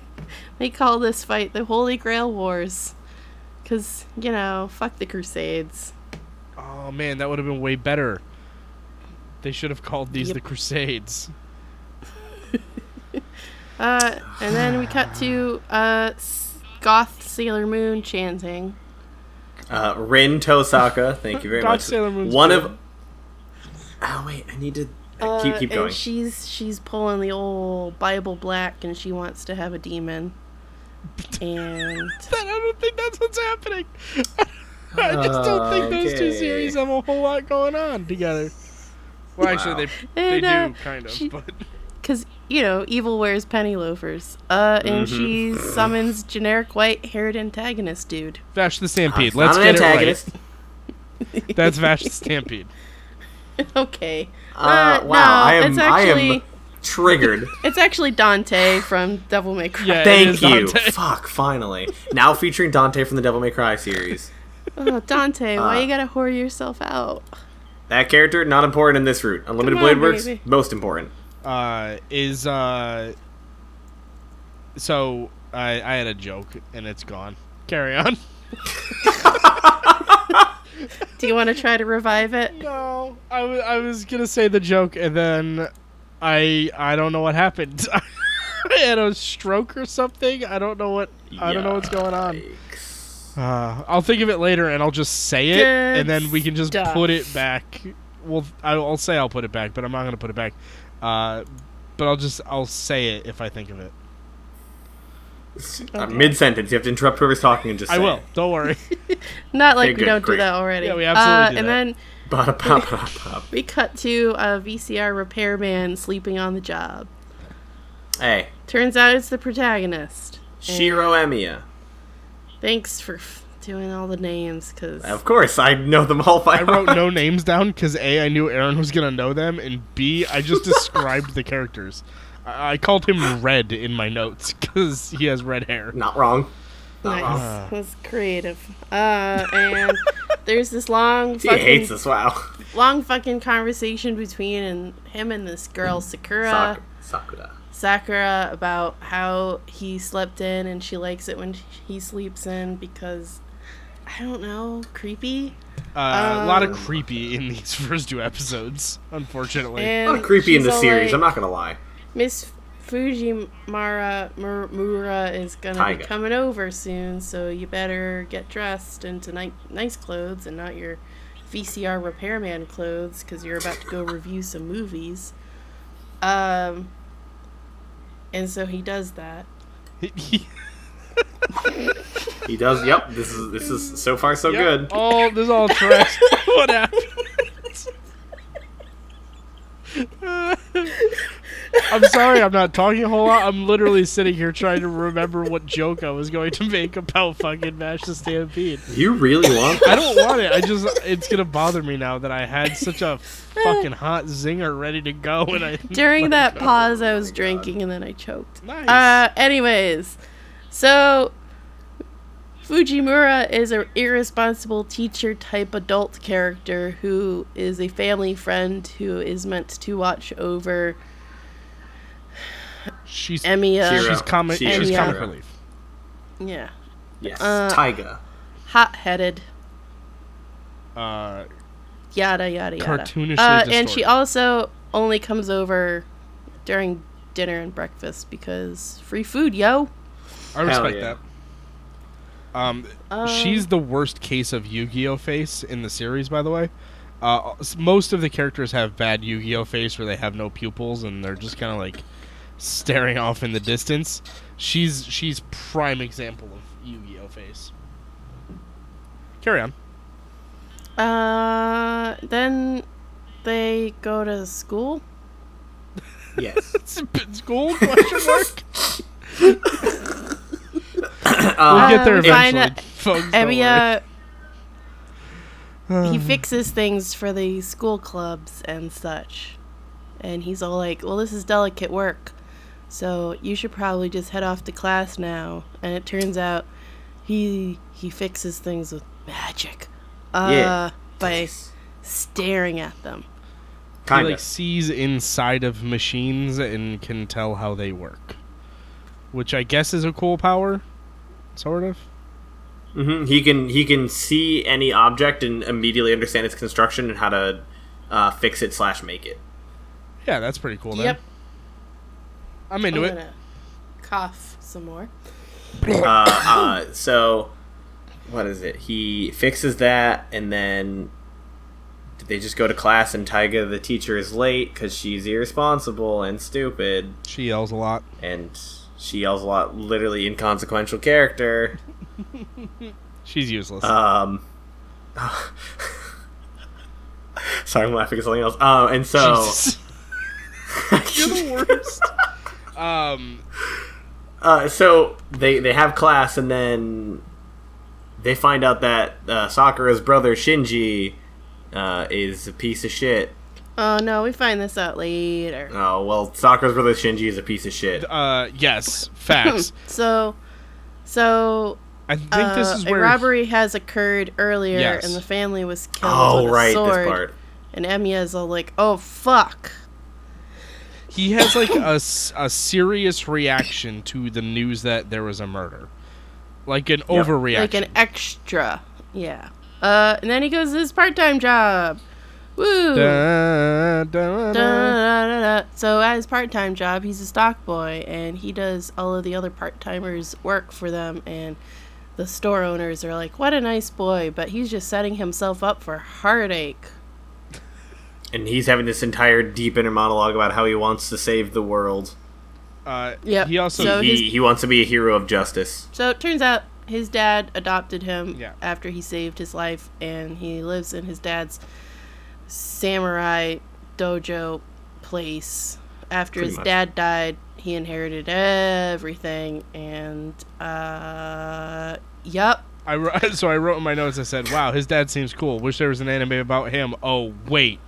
S2: they call this fight the Holy Grail Wars. Because, you know, fuck the Crusades.
S3: Oh man, that would have been way better. They should have called these
S2: Yep.
S3: the Crusades.
S2: Uh, and then we cut to uh, s- Goth Sailor Moon chanting.
S4: Uh, Rin Tosaka, thank you very
S3: God,
S4: much.
S3: Sailor Moon's
S4: One
S3: good.
S4: of. Oh wait, I need to
S2: Uh,
S4: keep keep going.
S2: And she's she's pulling the old Bible black, and she wants to have a demon. And
S3: I don't think that's what's happening. I just don't think those two
S4: Oh, Okay.
S3: series have a whole lot going on together. Well, actually,
S4: Wow.
S3: they they
S2: And, uh,
S3: do kind of,
S2: she-
S3: but
S2: because you know, evil wears penny loafers. Uh, and
S3: Mm-hmm.
S2: she summons generic white-haired antagonist dude.
S3: Vash the
S4: Uh,
S3: Stampede.
S4: it's
S3: Let's
S4: not
S3: get
S4: an antagonist.
S3: it right. That's Vash the Stampede.
S2: okay.
S4: Uh,
S2: Uh,
S4: wow, I
S2: no,
S4: am
S2: it's actually
S4: I am triggered.
S2: it's actually Dante from Devil May Cry.
S3: Yeah. It is
S4: Thank you.
S3: Dante.
S4: Fuck, finally. Now featuring Dante from the Devil May Cry series.
S2: Oh, Dante, why
S4: Uh,
S2: you gotta whore yourself out?
S4: That character not important in this route. Unlimited
S2: Come on,
S4: Blade Works
S2: baby.
S4: most important.
S3: uh, is uh, so I I had a joke and it's gone. Carry on.
S2: Do you want to try to revive it?
S3: No, I wa- I was gonna say the joke and then I I don't know what happened. I had a stroke or something. I don't know what I don't know what's going on.
S4: Yikes.
S3: Uh, I'll think of it later and I'll just say it and then we can just
S2: Good
S3: put it
S2: stuff.
S3: back. Well, I- I'll say I'll put it back, but I'm not gonna put it back. Uh, but I'll just I'll say it if I think of it.
S4: Uh, Mid sentence, you have to interrupt whoever's talking and just
S3: I
S4: say
S3: will. Don't worry.
S2: Not like
S4: Okay,
S2: we
S4: good,
S2: don't
S4: great.
S2: do that already.
S3: Yeah, we absolutely
S2: Uh,
S3: do
S2: And
S3: that.
S2: then
S4: Bada bop, bada bop.
S2: We cut to a VCR repairman sleeping on the job.
S4: Hey,
S2: Turns out it's the protagonist.
S4: Shiro Emiya.
S2: Thanks for f- doing all the names because
S4: Of course, I know them all by
S3: I wrote
S4: heart.
S3: no names down because A, I knew Aaron was gonna know them, and B, I just described the characters. I, I called him Red in my notes because he has red hair.
S4: Not wrong.
S2: nice.
S3: Ah.
S2: That's creative. Uh, and there's this long,
S4: He hates
S2: fucking,
S4: us. Wow.
S2: long fucking conversation between and him and this girl Sakura.
S4: Sak- Sakura.
S2: Sakura about how he slept in and she likes it when he sleeps in because I don't know, creepy.
S3: Uh, a lot of creepy in these first two episodes, unfortunately.
S4: A
S2: And
S4: lot of creepy in
S2: she's
S4: the
S2: all
S4: series.
S2: like,
S4: I'm not gonna lie.
S2: Miss Fujimara Mur- Mura is gonna be
S4: Taiga.
S2: coming over soon, so you better get dressed into ni- nice clothes and not your VCR repairman clothes because you're about to go review some movies. Um, and so he does that.
S4: He does. Yep. This is this is so far so good.
S3: All this is all trash. what happened? I'm sorry, I'm not talking a whole lot. I'm literally sitting here trying to remember what joke I was going to make about fucking Mash the Stampede.
S4: You really want?
S3: I don't want it. I just it's gonna bother me now that I had such a fucking hot zinger ready to go and I
S2: During that pause, I was
S4: God.
S2: drinking and then I choked.
S3: Nice.
S2: Uh, anyways, so Fujimura is an irresponsible teacher type adult character who is a family friend who is meant to watch over
S3: she's
S2: Emiya.
S4: Shira.
S3: she's comic
S4: Shira.
S3: she's
S2: Yeah.
S3: comic relief.
S2: Yeah.
S4: yes.
S2: uh,
S4: Taiga.
S2: Hot headed.
S3: Uh
S2: Yada, yada, yada.
S3: Cartoonishly
S2: Uh, and she
S3: distorted.
S2: also only comes over during dinner and breakfast because free food, yo.
S3: I respect
S4: yeah.
S3: that. Um, she's the worst case of Yu-Gi-Oh face in the series, by the way. Uh, s- most of the characters have bad Yu-Gi-Oh face where they have no pupils and they're just kind of like staring off in the distance. She's she's prime example of Yu-Gi-Oh face. Carry on.
S2: Uh, then they go to school.
S4: Yes.
S3: It's been school question mark. we'll
S4: Um,
S3: get there
S2: Um, fine,
S3: eventually,
S2: uh,
S3: folks. don't worry.
S2: Emiya. uh, he fixes things for the school clubs and such. And he's all like, well, this is delicate work. So you should probably just head off to class now. And it turns out he he fixes things with magic. Uh,
S4: Yeah.
S2: By staring at them.
S3: He
S4: kind
S3: like
S4: of.
S3: sees inside of machines and can tell how they work, which I guess is a cool power, sort of.
S4: hmm He can he can see any object and immediately understand its construction and how to uh, fix it slash make it.
S3: Yeah, that's pretty cool. Then.
S2: Yep.
S3: I'm into
S2: I'm
S3: it.
S2: gonna cough some more.
S4: uh, uh, so what is it? He fixes that, and then they just go to class, and Taiga, the teacher, is late because she's irresponsible and stupid,
S3: She yells a lot.
S4: and she yells a lot. Literally inconsequential character.
S3: She's useless.
S4: Um, sorry, I'm laughing at something else. Um, and so
S3: Jesus. You're the worst. um,
S4: Uh, so they they have class, and then they find out that uh, Sakura's brother Shinji uh, is a piece of shit.
S2: Oh no, we find this out later.
S4: Oh well, Sakura's brother Shinji is a piece of shit.
S2: Oh,
S3: uh, yes, facts.
S2: So, so
S3: I think
S2: uh,
S3: this is where
S2: a robbery has occurred earlier,
S3: Yes.
S2: and the family was killed
S4: Oh
S2: with a
S4: right,
S2: sword.
S4: this part.
S2: And Emiya's all like, "Oh fuck!"
S3: he has like a, s- a serious reaction to the news that there was a murder, like an overreaction.
S2: Like an extra, yeah. Uh, and then he goes to his part-time job. Woo!
S3: Da- da- da- da.
S2: Da-da-da-da-da. So at his part-time job, he's a stock boy, and he does all of the other part-timers' work for them. And the store owners are like, "What a nice boy!" But he's just setting himself up for heartache.
S4: And he's having this entire deep inner monologue about how he wants to save the world.
S3: Uh,
S2: Yep.
S3: He also
S2: So
S4: he
S2: his-
S4: he wants to be a hero of justice.
S2: So it turns out his dad adopted him
S3: Yeah.
S2: after he saved his life, and he lives in his dad's samurai dojo place. After
S4: Pretty
S2: his
S4: much.
S2: dad died, he inherited everything, and uh, yup,
S3: I wr- so I wrote in my notes. I said, "Wow, his dad seems cool. Wish there was an anime about him." Oh wait,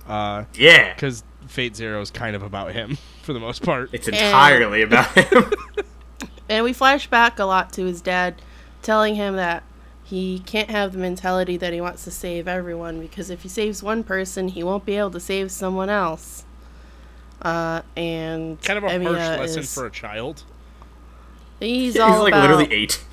S3: because
S4: Yeah,
S3: Fate Zero is kind of about him for the most part.
S4: it's entirely about him.
S2: And we flash back a lot to his dad telling him that he can't have the mentality that he wants to save everyone because if he saves one person, he won't be able to save someone else. Uh, and
S3: kind of a
S2: Emiya
S3: harsh lesson
S2: is-
S3: for a child.
S2: He's,
S4: He's
S2: all
S4: like
S2: about,
S4: literally eight.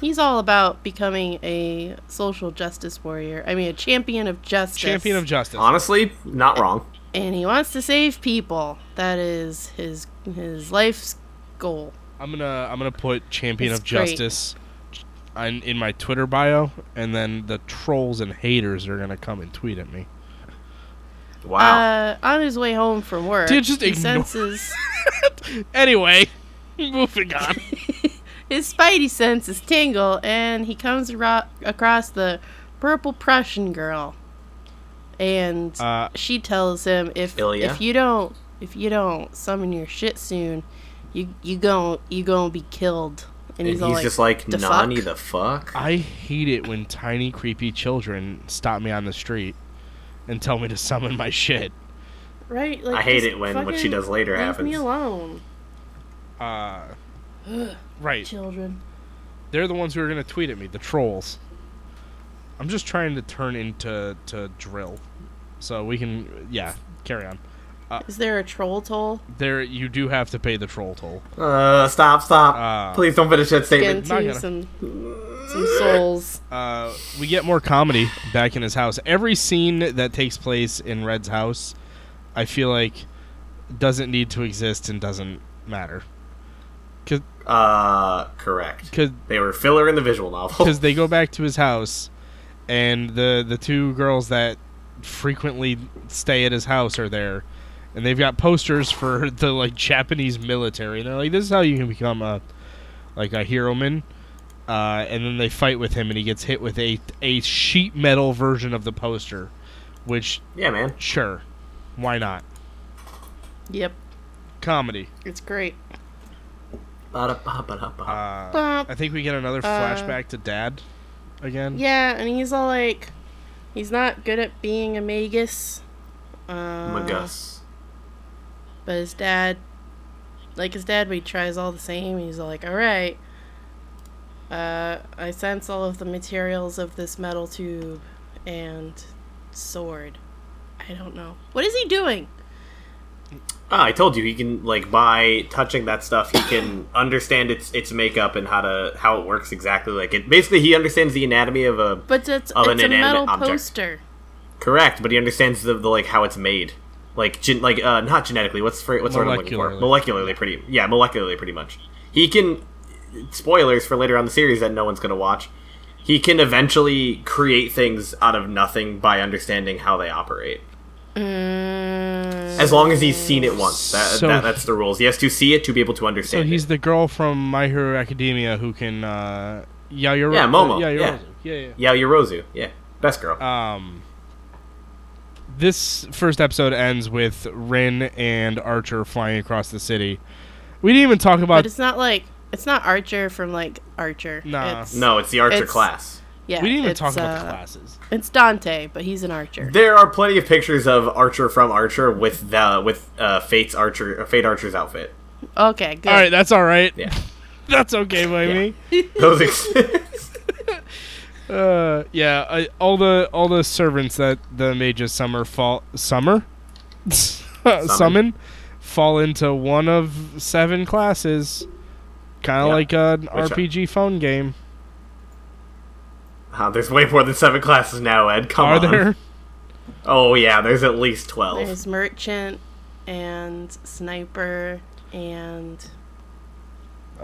S2: He's all about becoming a social justice warrior. I mean, a champion of justice.
S3: Champion of justice.
S4: Honestly, not wrong.
S2: and he wants to save people. That is his his life's goal.
S3: I'm gonna I'm gonna put champion
S2: It's
S3: of
S2: great.
S3: justice in, in my Twitter bio, and then the trolls and haters are gonna come and tweet at me.
S4: Wow.
S2: Uh, on his way home from work,
S3: Dude, just
S2: he
S3: ignore-
S2: senses
S3: Anyway, moving on.
S2: his spidey senses tingle, and he comes ro- across the purple Prussian girl, and
S3: Uh,
S2: she tells him if
S4: Ilya?
S2: if you don't if you don't summon your shit soon, you you gon' you gonna be killed. And
S4: and
S2: he's,
S4: he's,
S2: all like,
S4: just like
S2: "The
S4: Nani
S2: fuck?"
S4: the fuck.
S3: I hate it when tiny creepy children stop me on the street and tell me to summon my shit.
S2: right? Like,
S4: I hate
S2: just
S4: it when what she
S2: fucking
S4: does later
S2: leave
S4: happens.
S2: me alone,
S3: Uh, right.
S2: children.
S3: They're the ones who are gonna tweet at me. The trolls. I'm just trying to turn into to drill, so we can yeah carry on.
S2: Is there a troll toll?
S3: There you do have to pay the troll toll.
S4: Uh, stop, stop.
S3: Uh,
S4: Please don't finish that statement.
S2: Into
S3: not gonna-
S2: some some souls.
S3: Uh, we get more comedy back in his house. Every scene that takes place in Red's house, I feel like doesn't need to exist and doesn't matter. Cause,
S4: Uh, correct.
S3: 'cause
S4: They were filler in the visual novel.
S3: because they go back to his house, and the the two girls that frequently stay at his house are there, and they've got posters for the like Japanese military, and they're like, "This is how you can become a like a hero man." Uh, and then they fight with him, and he gets hit with a a sheet metal version of the poster, which
S4: Yeah, man.
S3: sure, why not?
S2: Yep,
S3: Comedy.
S2: it's great.
S4: Ba-da-ba-ba-da-ba.
S3: Uh,
S2: Bop.
S3: I think we get another flashback to Dad again.
S2: Yeah, and he's all like, he's not good at being a magus. Uh,
S4: Magus.
S2: But his dad, like his dad, we tries all the same. He's all like, all right. Uh, I sense all of the materials of this metal tube and sword. I don't know. What is he doing?
S4: Ah, I told you he can like by touching that stuff he can understand its its makeup and how to how it works exactly. Like it basically he understands the anatomy of a
S2: But it's,
S4: Of an
S2: it's a metal
S4: inanimate object.
S2: poster.
S4: correct, but he understands the, the like how it's made. Like gen- like uh not genetically. What's the phrase- what's the word I'm looking for? Molecularly, pretty yeah, molecularly, pretty much. He can spoilers for later on the series that no one's gonna watch. He can eventually create things out of nothing by understanding how they operate.
S2: Mm,
S4: As long as he's seen it once, that,
S3: So-
S4: that that's the rules. He has to see it to be able to
S3: So
S4: understand.
S3: he's
S4: it.
S3: the girl from My Hero Academia who can. Uh, yeah, you're
S4: Yeah,
S3: right.
S4: Momo,
S3: Yeah, you're
S4: yeah.
S3: right. yeah, yeah.
S4: Yeah, Yorozu. Yeah, best girl.
S3: Um, this first episode ends with Rin and Archer flying across the city. We didn't even talk
S2: but
S3: about.
S2: it's not like it's not Archer from like Archer.
S3: Nah.
S2: It's-
S4: no, it's the Archer
S2: it's-
S4: class.
S2: Yeah,
S3: We didn't even
S2: it's,
S3: talk about the
S2: uh,
S3: classes.
S2: It's Dante, but he's an Archer.
S4: There are plenty of pictures of Archer from Archer with the with uh, Fate's Archer uh, Fate Archer's outfit.
S2: Okay, good.
S3: All right, that's all right.
S4: Yeah,
S3: That's okay by me.
S4: those exist.
S3: Uh, yeah. I, all the all the servants that the mages summer fall summer summon fall into one of seven classes, kind of
S4: Yeah.
S3: like an
S4: one?
S3: RPG phone game.
S4: Ah, there's way more than seven classes now, Ed. Come
S3: Are
S4: on.
S3: there?
S4: Oh yeah, there's at least twelve.
S2: There's merchant and sniper and
S3: Uh,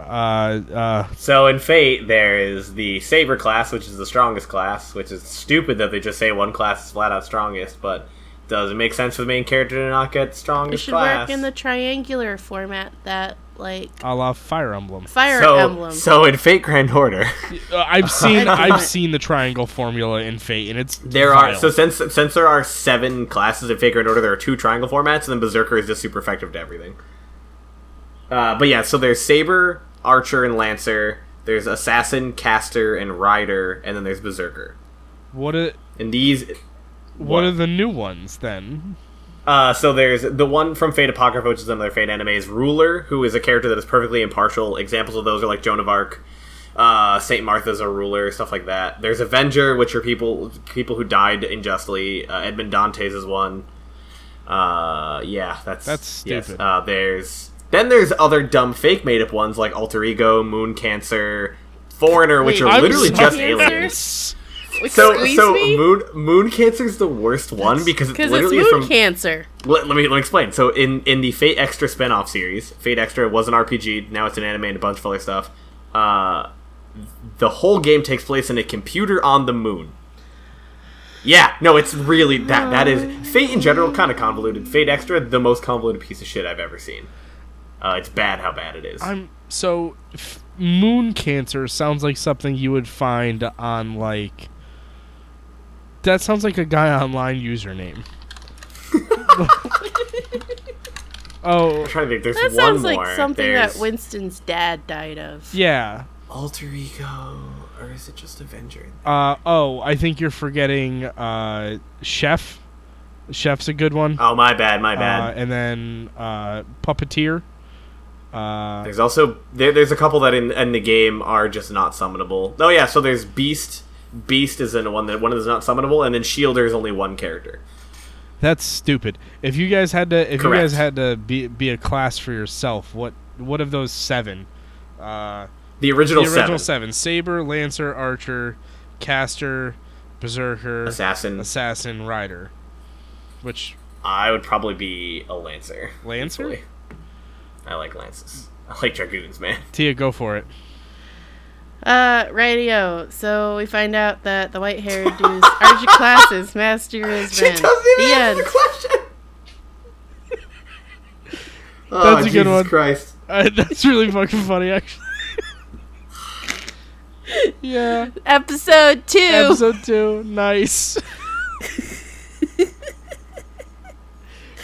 S3: uh,
S4: So in Fate, there is the Saber class, which is the strongest class, which is stupid that they just say one class is flat out strongest, but does it make sense for the main character to not get
S2: it
S4: strongest
S2: should
S4: class?
S2: work in the triangular format that like
S3: a la Fire Emblem.
S2: Fire
S4: so,
S2: Emblem.
S4: so in Fate Grand Order.
S3: Uh, I've seen
S2: That's
S3: I've
S2: not-
S3: seen the triangle formula in Fate, and it's
S4: There are
S3: vile.
S4: so since since there are seven classes in Fate Grand Order, there are two triangle formats, and then Berserker is just super effective to everything. Uh, but yeah, so there's Saber, Archer, and Lancer. There's assassin, caster, and rider, and then there's berserker.
S3: What are,
S4: And these,
S3: what,
S4: What?
S3: are the new ones then?
S4: uh, so there's the one from Fate Apocrypha, which is another Fate anime, is ruler, who is a character that is perfectly impartial. Examples of those are like Joan of Arc. Uh, Saint Martha's a ruler, stuff like that. There's Avenger, which are people people who died unjustly. Uh, Edmond Dantes is one. Uh, yeah, that's
S3: That's
S4: yes.
S3: stupid.
S4: Uh, there's then there's other dumb fake made up ones like Alter Ego, Moon Cancer, Foreigner, which
S2: Wait,
S4: are
S2: I'm
S4: literally
S2: sorry.
S4: just
S2: Moon
S4: aliens.
S2: Excuse
S4: So, so
S2: me?
S4: moon moon cancer is the worst one because it's
S2: Because it's
S4: literally
S2: moon
S4: from.
S2: cancer.
S4: let, let me let me explain. So in in the Fate Extra spinoff series, Fate Extra was an RPG. Now it's an anime and a bunch of other stuff. Uh, the whole game takes place in a computer on the moon. Yeah, no, it's really that that is Fate in general kind of convoluted. Fate Extra, the most convoluted piece of shit I've ever seen. Uh, it's bad how bad it is.
S3: I'm so f- moon cancer sounds like something you would find on like that sounds like a guy online username. oh
S4: trying to think. There's
S2: That
S4: one
S2: sounds like
S4: more.
S2: something
S4: There's
S2: that Winston's dad died of.
S3: yeah.
S4: Alter Ego, or is it just Avenger?
S3: Uh, oh, I think you're forgetting uh, Chef. Chef's a good one.
S4: Oh, my bad, my
S3: Uh,
S4: bad.
S3: and then uh, Puppeteer. Uh,
S4: There's also there, there's a couple that in, in the game are just not summonable. Oh yeah, so there's Beast. Beast is in one that one is not summonable, and then Shielder is only one character.
S3: that's stupid. If you guys had to, if you
S4: Correct.
S3: guys had to be, be a class for yourself, what what of those seven? Uh,
S4: The original,
S3: the original seven.
S4: seven.
S3: Saber, Lancer, Archer, Caster, Berserker,
S4: Assassin.
S3: Assassin, Rider. Which
S4: I would probably be a Lancer.
S3: Lancer?
S4: truthfully. I like Lances. I like Dragoons, man.
S3: Tia, go for it.
S2: Uh, radio. So we find out that the white haired dude's Archer classes, master is Ren. The end.
S4: question.
S3: Oh, That's a good Jesus one.
S4: Christ.
S3: Uh, that's really fucking funny, actually. yeah.
S2: Episode two.
S3: Episode two. Nice.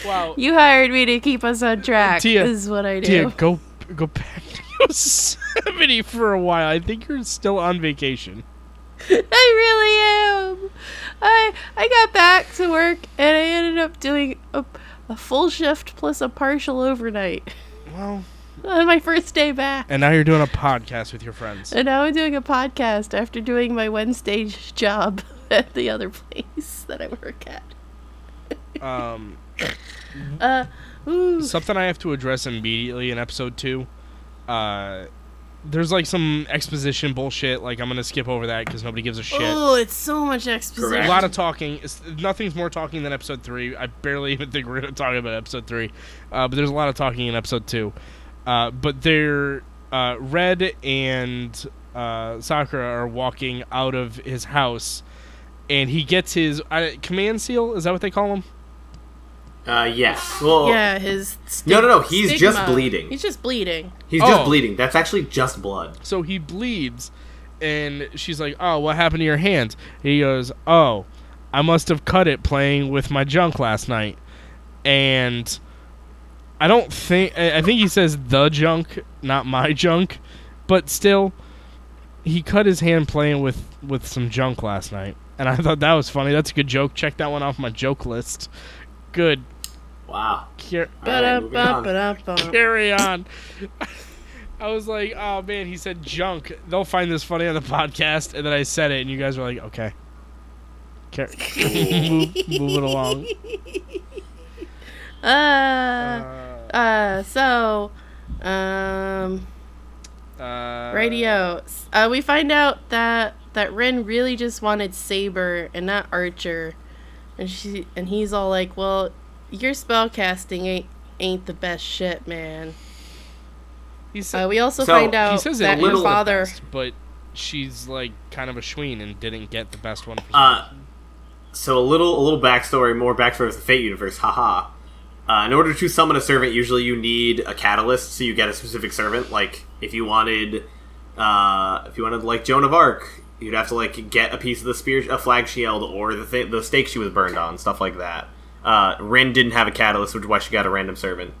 S3: wow.
S2: You hired me to keep us on track.
S3: Tia,
S2: This is what I do.
S3: Dude, go go back to Yosemite for a while. I think you're still on vacation.
S2: I really am. I I got back to work and I ended up doing a, a full shift plus a partial overnight
S3: Well,
S2: on my first day back.
S3: and now you're doing a podcast with your friends.
S2: And now I'm doing a podcast after doing my Wednesday job at the other place that I work at.
S3: Um,
S2: Uh, ooh.
S3: something I have to address immediately in episode two. Uh, there's like some exposition bullshit. Like I'm gonna skip over that because nobody gives a shit.
S2: Oh, it's so much exposition.
S3: a lot of talking. It's, nothing's more talking than episode three. I barely even think we're going to talk about episode three, uh, but there's a lot of talking in episode two. Uh, but they're uh, Red and uh, Sakura are walking out of his house, and he gets his uh, command seal. Is that what they call him?
S4: Uh, yes. Well,
S2: yeah, his sti-
S4: No, no, no, he's just
S2: stigma.
S4: bleeding.
S2: He's just bleeding.
S4: he's
S3: Oh.
S4: just bleeding. That's actually just blood.
S3: So he bleeds, and she's like, "Oh, what happened to your hands?" He goes, "Oh, I must have cut it playing with my junk last night." And I don't think I I think he says the junk, not my junk, but still, he cut his hand playing with with some junk last night, and I thought that was funny. That's a good joke. Check that one off my joke list. Good.
S4: Wow.
S3: Car-
S4: Alright, moving on.
S2: Ba-da-ba-ba-da-ba.
S3: carry on. I was like, oh man, he said junk. They'll find this funny on the podcast, and then I said it, and you guys were like, okay, Car- move, move it along.
S2: Uh,
S3: Uh,
S2: uh, so, um,
S3: uh,
S2: radio. S- Uh, we find out that that Ren really just wanted Saber and not Archer, and she and he's all like, "Well, your spell casting ain't ain't the best shit, man."
S3: He said,
S2: Uh, we also
S4: So,
S2: find
S4: he
S2: out
S3: he says
S2: that
S3: it a little
S2: her
S3: at
S2: father.
S3: best, but she's like kind of a schween and didn't get the best one. For
S4: Uh, so a little a little backstory, more backstory of the Fate Universe, haha. Uh, in order to summon a servant, usually you need a catalyst, so you get a specific servant. Like if you wanted, uh, if you wanted like Joan of Arc, you'd have to like get a piece of the spear, a flag shield, or the th- the stake she was burned on, stuff like that. Uh, Rin didn't have a catalyst, which is why she got a random servant.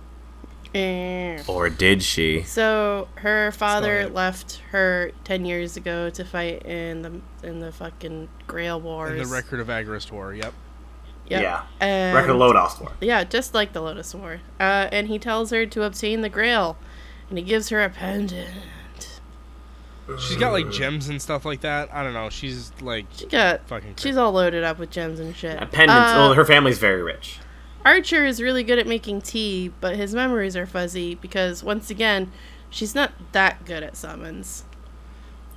S2: Eh.
S4: Or did she?
S2: So her father
S3: Sorry.
S2: left her ten years ago to fight in the in the fucking Grail Wars.
S3: In the record of Agorist War, yep.
S2: Yep.
S4: Yeah.
S2: And-
S4: Record Lodos War.
S2: Yeah, just like the Lotus War. Uh, and he tells her to obtain the Grail, and he gives her a pendant.
S3: She's got like gems and stuff like that. I don't know. She's like
S2: She got.
S3: Fucking crazy.
S2: She's all loaded up with gems and shit.
S4: A pendant.
S2: Uh,
S4: well, Oh, her family's very rich.
S2: Archer is really good at making tea, but his memories are fuzzy because once again, she's not that good at summons.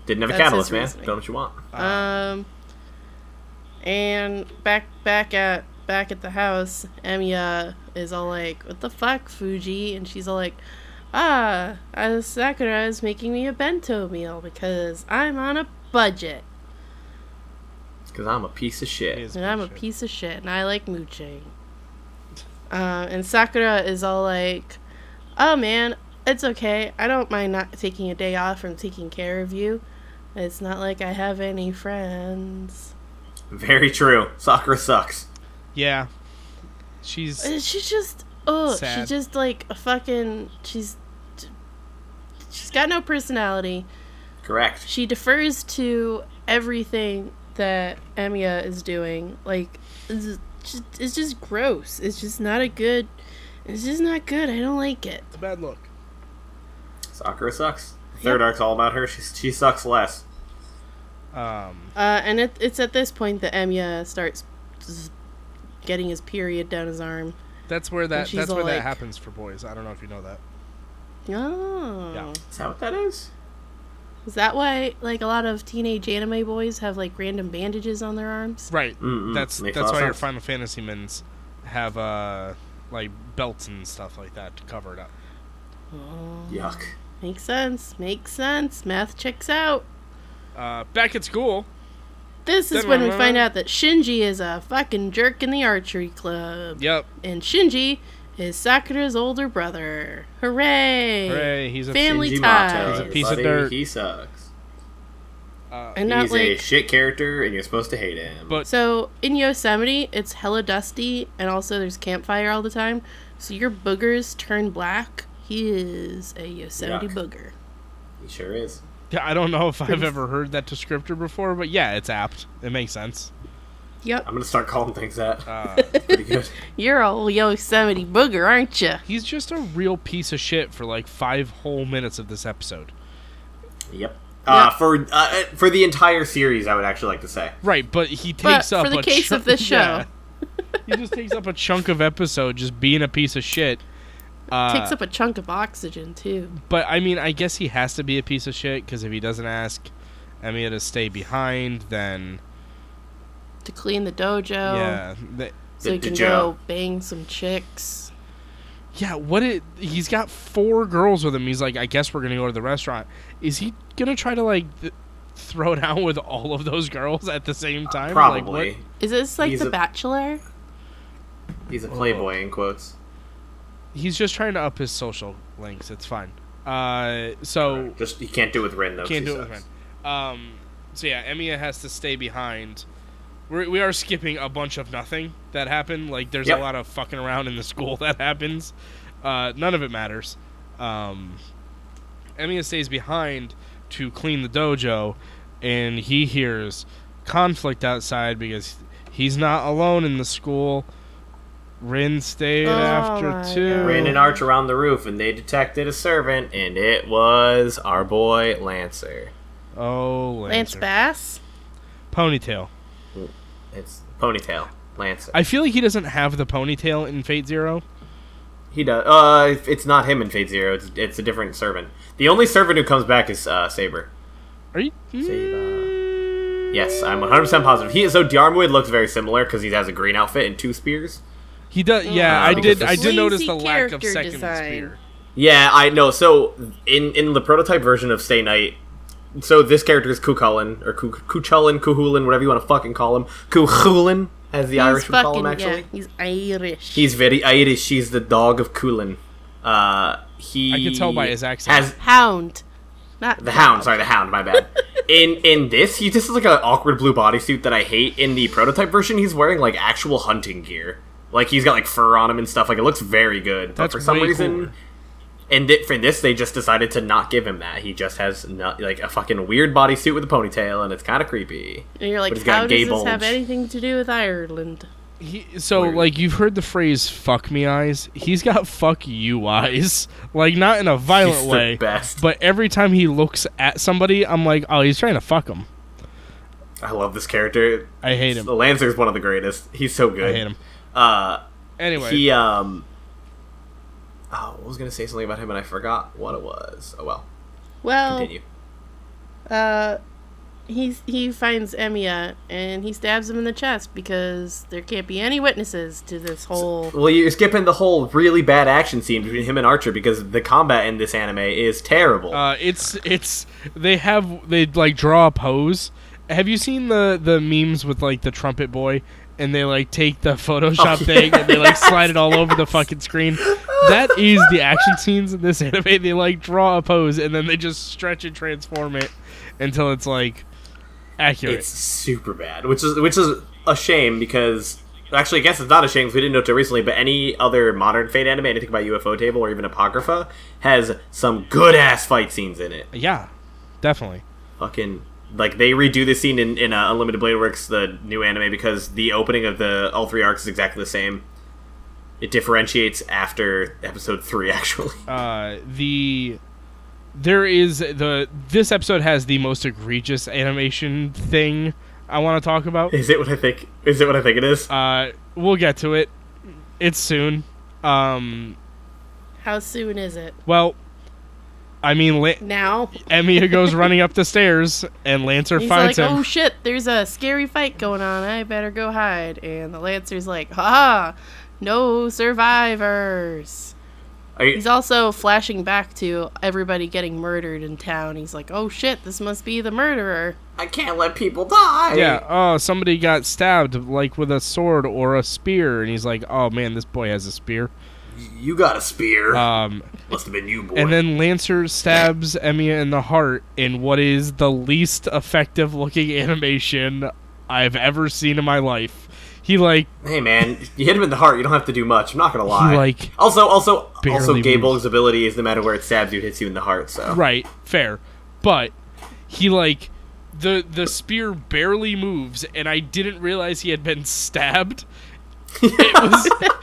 S4: Didn't have a
S2: that's his
S4: catalyst, man.
S2: reasoning.
S4: Don't what you want.
S3: Ah,
S2: Um, and back back at back at the house, Emiya is all like, "What the fuck, Fuji?" And she's all like, "Ah, uh, Sakura is making me a bento meal because I'm on a budget
S4: Because I'm a piece of shit.
S3: is
S2: and I'm a
S3: bullshit.
S2: piece of shit and I like mooching." Uh, and Sakura is all like, "Oh man, it's okay. I don't mind not taking a day off from taking care of you. It's not like I have any friends."
S4: Very true. Sakura sucks.
S3: Yeah. She's
S2: Uh, She's just oh,
S3: Sad.
S2: she's just like a fucking. She's she's got no personality.
S4: Correct.
S2: She defers to everything that Emiya is doing. Like it's just, it's just gross. It's just not a good. It's just not good. I don't like it.
S3: it's a bad look.
S4: Sakura sucks. The third arc's all about her. She, she sucks less.
S3: Um,
S2: Uh, and it, it's at this point that Emiya starts z- getting his period down his arm.
S3: that's where that
S2: she's
S3: that's where
S2: all
S3: that
S2: like-
S3: happens for boys. I don't know if you know that.
S2: Oh,
S3: Yeah.
S4: Is that what that is?
S2: is that why like a lot of teenage anime boys have like random bandages on their arms?
S3: Right.
S4: Mm-mm.
S3: That's
S4: Makes a
S3: that's
S4: lot of
S3: why your
S4: sense.
S3: Final Fantasy mins have uh like belts and stuff like that to cover it up.
S4: Yuck.
S2: Makes sense. Makes sense. Math checks out.
S3: Uh, back at school,
S2: This is when we find out that Shinji is a fucking jerk in the archery club.
S3: yep.
S2: And Shinji is Sakura's older brother. Hooray!
S3: Hooray, he's a
S2: Family-
S4: Shinji
S2: ties.
S4: Mato,
S2: He's
S3: a piece of
S4: everybody.
S3: dirt.
S4: He sucks.
S2: And not
S4: He's a
S2: like
S4: shit character, and you're supposed to hate him.
S3: But-
S2: so in Yosemite, it's hella dusty, and also there's campfire all the time. So your boogers turn black. He is a Yosemite
S4: Yuck.
S2: booger.
S4: he sure is.
S3: Yeah, I don't know if I've
S2: Pretty-
S3: ever heard that descriptor before, but yeah, it's apt. It makes sense.
S2: Yep,
S4: I'm gonna start calling things that.
S3: Uh,
S4: Pretty good.
S2: you're a Yosemite booger, aren't you?
S3: he's just a real piece of shit for like five whole minutes of this episode.
S4: yep. Uh,
S2: Yeah.
S4: For uh, for the entire series, I would actually like to say.
S3: Right, but he takes
S2: for
S3: up
S2: the
S3: a
S2: case of
S3: chunk-
S2: this show.
S3: Yeah. he just takes up a chunk of episode just being a piece of shit. Uh,
S2: Takes up a chunk of oxygen too.
S3: But I mean, I guess he has to be a piece of shit because if he doesn't ask Emiya to stay behind, then
S2: to clean the dojo
S3: yeah, th-
S2: so
S4: The
S2: he can
S4: dojo.
S2: go bang some chicks.
S3: yeah. What it? He's got four girls with him. He's like, I guess we're gonna go to the restaurant. Is he gonna try to like th- throw down with all of those girls at the same time? Like, what- Oh.
S4: Probably.
S2: Is this like
S4: He's
S2: The
S4: a-
S2: Bachelor?
S4: He's a playboy in quotes.
S3: he's just trying to up his social links. It's fine. Uh, so
S4: Just he can't do it with Rin though. 'cause
S3: Can't
S4: he
S3: do it with
S4: sucks.
S3: Ren. Um, so yeah, Emiya has to stay behind. We're, we are skipping a bunch of nothing that happened. Like there's
S4: Yep.
S3: a lot of fucking around in the school that happens. Uh, none of it matters. Um, Emiya stays behind to clean the dojo, and he hears conflict outside because he's not alone in the school. Rin stayed
S2: Oh my
S3: after two.
S2: God.
S4: Ran an arch around the roof, and they detected a servant, and it was our boy Lancer.
S3: Oh,
S2: Lance
S3: Lancer.
S2: Bass?
S3: Ponytail.
S4: It's ponytail Lancer.
S3: I feel like he doesn't have the ponytail in Fate Zero.
S4: He does. Uh, if it's not him in Fate Zero. It's it's a different servant. The only servant who comes back is uh, Saber.
S3: Are you?
S4: Save, Yes, I'm 100 percent positive. He so Diarmuid looks very similar because he has a green outfit and two spears.
S3: He does. Yeah,
S4: Uh,
S3: I
S4: because
S3: did. I
S4: it's-
S3: did notice the
S2: Lazy
S3: lack of
S2: character
S3: second
S2: design.
S3: spear.
S4: Yeah, I know. So in in the prototype version of Stay Night, so this character is Kukulin or Ku- Kuchulin, Kuhulin, whatever you want to fucking call him. Kuhulin, as the Irish would call him. Actually,
S2: yeah, he's Irish.
S4: he's very Irish. He's the dog of Kulin. Uh, he.
S3: I can tell by his accent.
S4: Has
S2: Hound. Not
S4: The hound, sorry, the hound. My bad. In in this, he just is like an awkward blue bodysuit that I hate. In the prototype version, he's wearing like actual hunting gear. Like he's got like fur on him and stuff. Like it looks very good. But
S3: That's
S4: for some
S3: way
S4: reason,
S3: cooler.
S4: And th- for this, they just decided to not give him that. He just has not, like a fucking weird bodysuit with a ponytail, and it's kind of creepy.
S2: And you're like,
S4: But he's got
S2: how
S4: a gay
S2: does this have
S4: bulge."
S2: anything to do with Ireland?
S3: He, so
S4: Weird.
S3: like you've heard the phrase "fuck me eyes." He's got "fuck you eyes," like not in a violent
S4: He's the
S3: way,
S4: best.
S3: but every time he looks at somebody, I'm like, oh, he's trying to fuck him.
S4: I love this character.
S3: I hate him.
S4: Lancer's one of the greatest. He's so good.
S3: I hate him.
S4: Uh,
S3: Anyway,
S4: he um. Oh, I was gonna say something about him, and I forgot what it was. Oh well.
S2: Well,
S4: Continue.
S2: uh, he's he finds Emiya and he stabs him in the chest because there can't be any witnesses to this whole.
S4: Well, you're skipping the whole really bad action scene between him and Archer because the combat in this anime is terrible.
S3: uh, it's it's they have they like draw a pose. Have you seen the the memes with like the trumpet boy? And they like take the Photoshop
S4: yeah.
S3: thing and they like slide it all over the fucking screen. That is the action scenes in this anime. They like draw a pose and then they just stretch and transform it until it's like accurate.
S4: It's super bad, which is which is a shame because actually, I guess it's not a shame because we didn't know till recently. But any other modern Fate anime, anything about UFO Table or even Apocrypha, has some good ass fight scenes in it.
S3: yeah, definitely.
S4: Fucking like they redo this scene in in uh, Unlimited Blade Works, the new anime, because the opening of the all three arcs is exactly the same. It differentiates after episode three, actually.
S3: uh, the there is the this episode has the most egregious animation thing I want to talk about.
S4: Is it what I think? Is it what I think it is?
S3: Uh, we'll get to it. It's soon. Um,
S2: How soon is it
S3: well, I mean, La-
S2: now?
S3: Emiya goes running up the stairs and Lancer
S2: He's like,
S3: finds him.
S2: oh shit, there's a scary fight going on. I better go hide. And the Lancer's like, ha, ha, no survivors.
S4: Are you-
S2: He's also flashing back to everybody getting murdered in town. He's like, oh shit, this must be the murderer.
S4: I can't let people die.
S3: yeah. Oh, somebody got stabbed like with a sword or a spear, and he's like, "Oh man, this boy has a spear."
S4: you got a spear.
S3: Um,
S4: Must have been you, boy.
S3: And then Lancer stabs Emiya in the heart in what is the least effective looking animation I've ever seen in my life. He like
S4: Hey man, you hit him in the heart. You don't have to do much. I'm not gonna lie.
S3: like,
S4: also, also,
S3: barely
S4: also, Gay
S3: moves.
S4: Bulg's ability is no matter where it stabs you, it hits you in the heart. So
S3: right, fair. But he like the the spear barely moves and I didn't realize he had been stabbed. It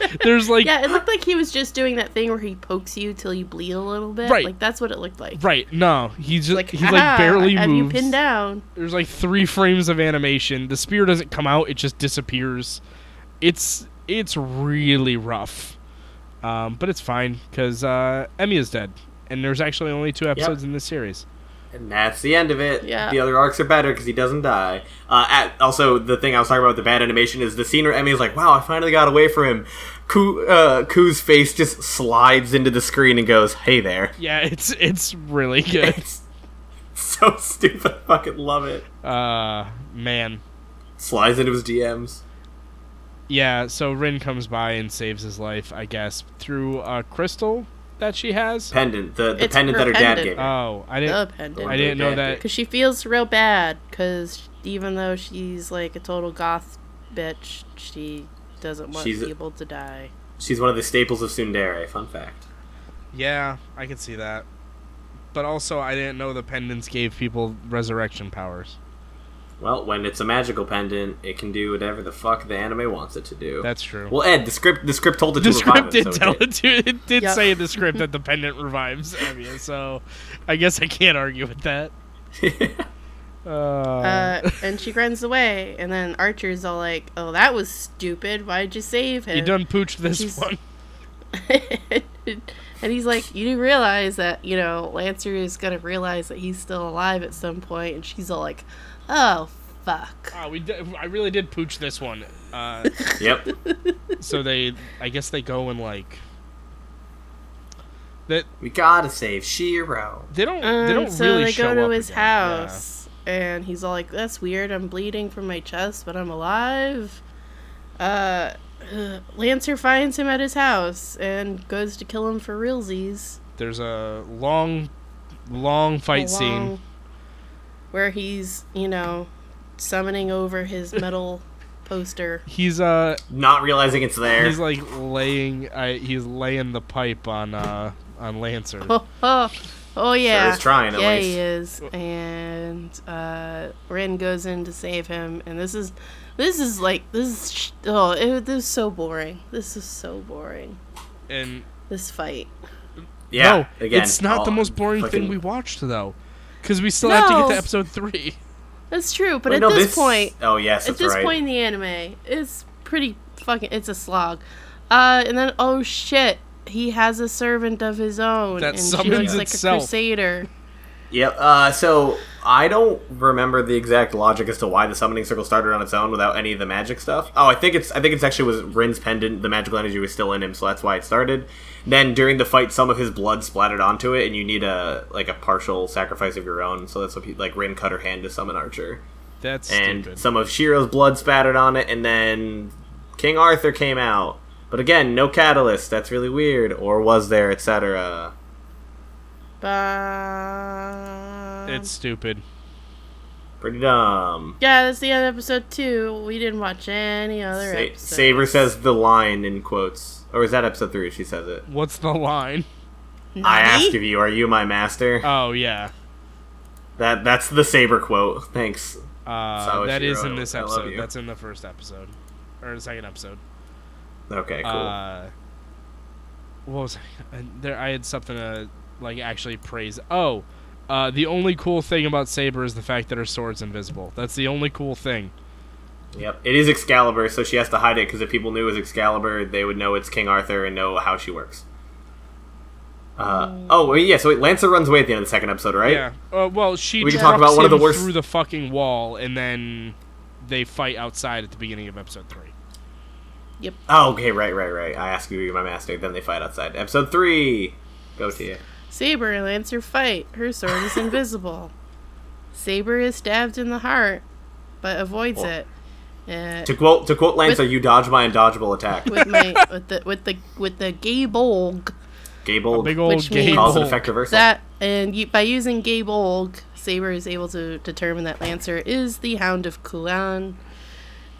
S3: was there's like
S2: Yeah, it looked like he was just doing that thing where he pokes you till you bleed a little bit.
S3: Right.
S2: Like, that's what it looked like.
S3: right, no. He's just
S2: Like, "Ah,
S3: he's like barely
S2: have
S3: moves.
S2: you pinned down?
S3: there's like three frames of animation. The spear doesn't come out; it just disappears. It's it's really rough, um, but it's fine because uh, Emmy is dead, and there's actually only two episodes in this series.
S4: and that's the end of it.
S2: Yeah.
S4: The other arcs are better because he doesn't die. Uh, at, also, the thing I was talking about with the bad animation is the scene where Emmy's like, "Wow, I finally got away from him." Ku, uh, Ku's face just slides into the screen and goes, "Hey there."
S3: Yeah, it's it's really good.
S4: It's so stupid. I fucking love it.
S3: uh, man,
S4: Slides into his DMs.
S3: yeah. So Rin comes by and saves his life, I guess, through a crystal that she has.
S4: Pendant. The, the
S2: It's
S4: pendant that her dad
S2: rependant.
S4: gave her.
S3: Oh, I
S2: The
S3: didn't.
S2: pendant.
S3: I didn't know that.
S2: Because she feels real bad. Because even though she's like a total goth bitch, she doesn't want
S4: She's a-
S2: people to die.
S3: Oh.
S4: She's one of the staples of Sundere. Fun fact.
S3: Yeah, I could see that. But also, I didn't know the pendants gave people resurrection powers.
S4: Well, when it's a magical pendant, it can do whatever the fuck the anime wants it to do.
S3: That's true.
S4: well, Ed, the script the script told it to
S3: the
S4: revive
S3: script did
S4: him, so it
S3: tell
S4: did.
S3: it to. It did
S2: Yeah.
S3: say in the script that the pendant revives Emiya, so I guess I can't argue with that. Uh,
S2: Uh, and she runs away. And then Archer's all like, oh, that was stupid. Why'd you save him?
S3: you done pooched this
S2: Uh, she's-
S3: one.
S2: and he's like, you do realize that, you know, Lancer is going to realize that he's still alive at some point, And she's all like, oh, fuck.
S3: Wow, Ah, we did, I really did pooch this one. Uh,
S4: Yep.
S3: so they, I guess they go and like. That
S4: We gotta save Shiro.
S3: they don't.
S2: Um,
S3: they don't
S2: so
S3: really
S2: they go
S3: show
S2: to
S3: up
S2: his
S3: again. Yeah.
S2: house, and he's all like, "That's weird. I'm bleeding from my chest, but I'm alive." Uh, Lancer finds him at his house and goes to kill him for realsies.
S3: There's a long, long fight scene.
S2: Along- where he's, you know, summoning over his metal poster.
S3: He's uh
S4: Not realizing it's there.
S3: He's like laying. Uh, he's laying the pipe on uh, on Lancer.
S2: Oh, oh, oh yeah.
S4: is trying, at
S2: yeah,
S4: least.
S2: he is. And uh, Rin goes in to save him, and this is, this is like this is sh- oh it, this is so boring. This is so boring.
S3: And
S2: This fight.
S4: Yeah,
S3: no,
S4: again,
S3: it's not the
S4: all
S3: most boring
S4: fucking-
S3: thing we watched though, because we still have to get
S2: No.
S3: to episode three.
S2: That's true, but
S4: Wait,
S2: at
S4: no,
S2: this, point,
S4: Oh yes,
S2: at
S4: that's
S2: this
S4: right.
S2: point in the anime, it's pretty fucking. It's a slog. Uh, and then oh shit, he has a servant of his own,
S3: That
S2: and she
S3: summons
S2: looks like
S3: itself.
S2: a crusader.
S4: Yep. Uh, so I don't remember the exact logic as to why the summoning circle started on its own without any of the magic stuff. Oh, I think it's I think it's actually was Rin's pendant. The magical energy was still in him, so that's why it started. Then during the fight, some of his blood splattered onto it, and you need a like a partial sacrifice of your own. So that's what he, like Rin cut her hand to summon Archer,
S3: That's
S4: and
S3: stupid.
S4: some of Shiro's blood spattered on it, and then King Arthur came out. But again, no catalyst. That's really weird. Or was there, etc.
S2: Bah.
S3: it's stupid.
S4: Pretty dumb.
S2: yeah, that's the end of episode two. We didn't watch any other
S4: Sa-
S2: episode.
S4: Saber says the line in quotes, or is that episode three? She says it.
S3: What's the line?
S4: I
S2: Nani?
S4: ask of you, are you my master?
S3: Oh yeah,
S4: that that's the Saber quote. Thanks.
S3: uh,
S4: Sawashiro,
S3: that is in this
S4: I love
S3: episode.
S4: you.
S3: That's in the first episode or the second episode.
S4: Okay, cool.
S3: Uh, what was I? and There, I had something to like actually praise. Oh, uh, the only cool thing about Saber is the fact that her sword's invisible. That's the only cool thing.
S4: yep, it is Excalibur, so she has to hide it because if people knew it was Excalibur, they would know it's King Arthur and know how she works. Uh,
S2: Mm.
S4: oh wait, yeah. So wait, Lancer runs away at the end of the second episode, right?
S3: Yeah. Uh, well, she
S4: We can talk about
S3: trucks
S4: one of the
S3: him
S4: worst-
S3: through the fucking wall, and then they fight outside at the beginning of episode three.
S4: Oh, okay, right, right, right. I ask you, are you my master? Then they fight outside. Episode three. Go to you.
S2: Saber and Lancer fight. Her sword is invisible. Saber is stabbed in the heart, but avoids
S4: Well-
S2: it. Uh,
S4: To quote to quote Lancer, you dodge my indodgeable attack.
S2: with my with the with the with the gay bulg
S4: Gable
S3: Big old
S2: Which
S3: game.
S2: means-
S4: calls an
S3: hole.
S4: effect reversal.
S2: that and you, by using gay bulg, Saber is able to determine that Lancer is the Hound of Kulan.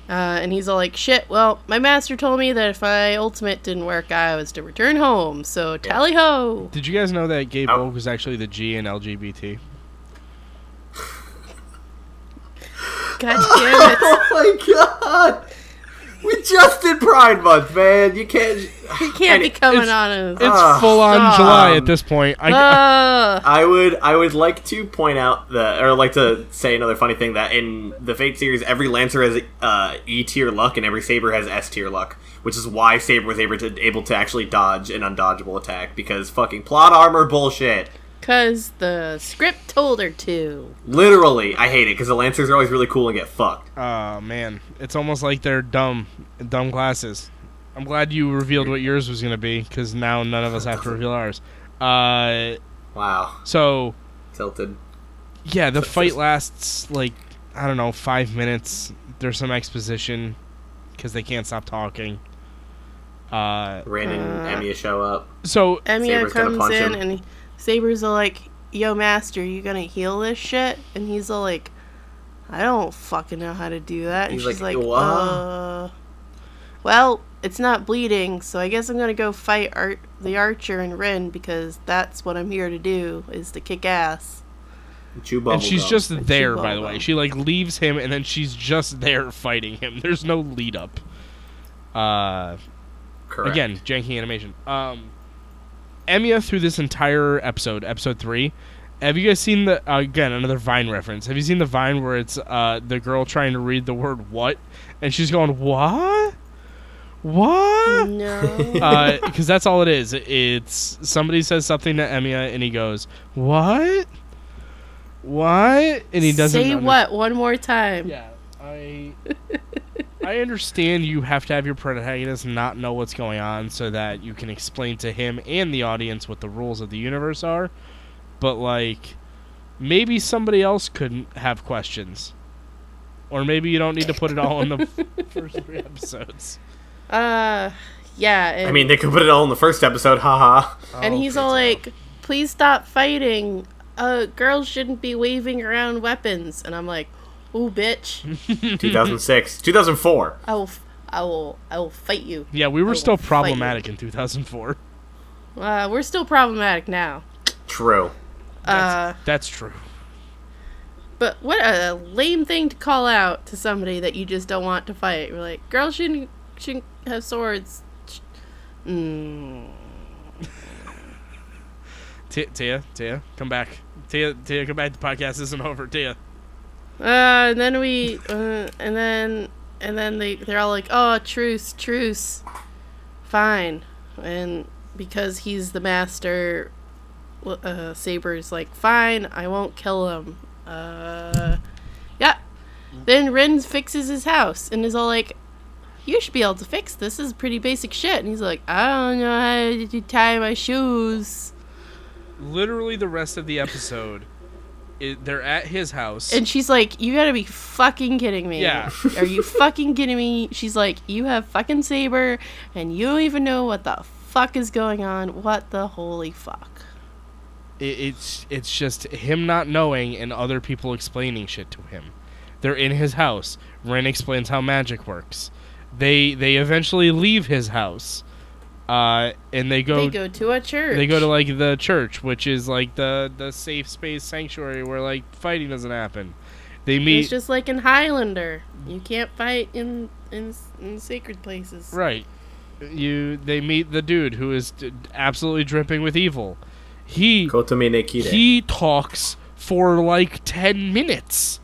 S2: Uh, and he's all like, "Shit! Well, my master told me that if my ultimate didn't work, I was to return home. So tally ho!"
S3: Did you guys know that gay
S4: Oh.
S3: bulk was actually the G in LGBT?
S2: God damn it!
S4: Oh my god! We just did Pride Month, man. You can't.
S2: You can't be
S4: And
S2: coming
S3: it's-
S2: on us.
S3: It's
S4: Ah,
S3: full on
S2: stop.
S3: July at this point. I,
S2: Ah, Ugh.
S4: I would. I would like to point out that, or like to say another funny thing that in the Fate series, every Lancer has uh, E tier luck and every Saber has S tier luck, which is why Saber was able to able to actually dodge an undodgeable attack because fucking plot armor bullshit.
S2: Cause the script told her to.
S4: Literally, I hate it because the Lancers are always really cool and get fucked.
S3: Oh man, it's almost like they're dumb, dumb classes. I'm glad you revealed what yours was gonna be, because now none of us have to reveal ours. Uh,
S4: Wow,
S3: so
S4: tilted.
S3: yeah, the fight lasts like I don't know five minutes. There's some exposition because they can't stop talking. Uh,
S4: Rin and Emiya show up.
S3: so
S2: Emiya
S4: Saber's gonna
S2: comes
S4: punch
S2: in
S4: him.
S2: and Saber's all like, "Yo, master, you gonna heal this shit?" And he's all like, "I don't fucking know how to do that." And
S4: He's
S2: she's
S4: like,
S2: like,
S4: "Wha-"
S2: "Uh, well, it's not bleeding, so I guess I'm gonna go fight Ar- the archer and Rin because that's what I'm here to do is to kick ass."
S4: Chew
S3: and she's
S4: bubblegum.
S3: just there by the
S2: bubblegum.
S3: way. She like leaves him and then she's just there fighting him. There's no lead up. Uh.
S4: Correct.
S3: Again, janky animation. Um, Emiya through this entire episode, episode three. Have you guys seen the uh, again another Vine reference? Have you seen the Vine where it's uh, the girl trying to read the word "what" and she's going "what, what"?
S2: No.
S3: Because that's all it is. It's somebody says something to Emiya and he goes "what, what," and he doesn't
S2: say
S3: under-
S2: what one more time.
S3: yeah, I I understand you have to have your protagonist not know what's going on so that you can explain to him and the audience what the rules of the universe are. But like maybe somebody else couldn't have questions. Or maybe you don't need to put it all in the f- first three episodes.
S2: Uh, yeah.
S4: I
S2: and-
S4: mean, they could put it all in the first episode, haha.
S2: and
S3: Oh,
S2: he's all
S3: Fritz,
S2: like, "Please stop fighting. Uh, girls shouldn't be waving around weapons." And I'm like, "Ooh, bitch!
S3: Mm-hmm.
S4: 2006, 2004.
S2: I will, f- I will, I will fight you."
S3: Yeah, we were
S2: will
S3: still
S2: fight you.
S3: problematic in 2004.
S2: Uh, we're still problematic now.
S4: True.
S2: Uh,
S3: That's true.
S2: but what a lame thing to call out to somebody that you just don't want to fight. We're like, girls shouldn't shouldn't have swords. Sh- Mm.
S3: Tia, Tia, Tia, come back. Tia, Tia, come back. The podcast isn't over. Tia.
S2: Uh, and then we, uh, and then, and then they they're all like, "Oh, truce, truce, fine." And because he's the master, w- uh, Saber's like, "Fine, I won't kill him." Uh, yeah. Then Ren fixes his house and is all like, "You should be able to fix this. This is pretty basic shit." And he's like, "I don't know how to tie my shoes."
S3: Literally the rest of the episode, i they're at his house.
S2: And she's like, "You gotta be fucking kidding me!
S3: Yeah.
S2: are you fucking kidding me?" She's like, "You have fucking saber, and you don't even know what the fuck is going on. What the holy fuck?"
S3: it, it's it's just him not knowing and other people explaining shit to him. They're in his house. Ren explains how magic works. They they eventually leave his house, uh, and they go
S2: they go to a church.
S3: they go to like the church, which is like the the safe space sanctuary where like fighting doesn't happen. They meet
S2: It's just like in Highlander. You can't fight in in, in sacred places.
S3: right. You they meet the dude who is d- absolutely dripping with evil. He
S4: Kotomi Nekide
S3: he talks for like ten minutes.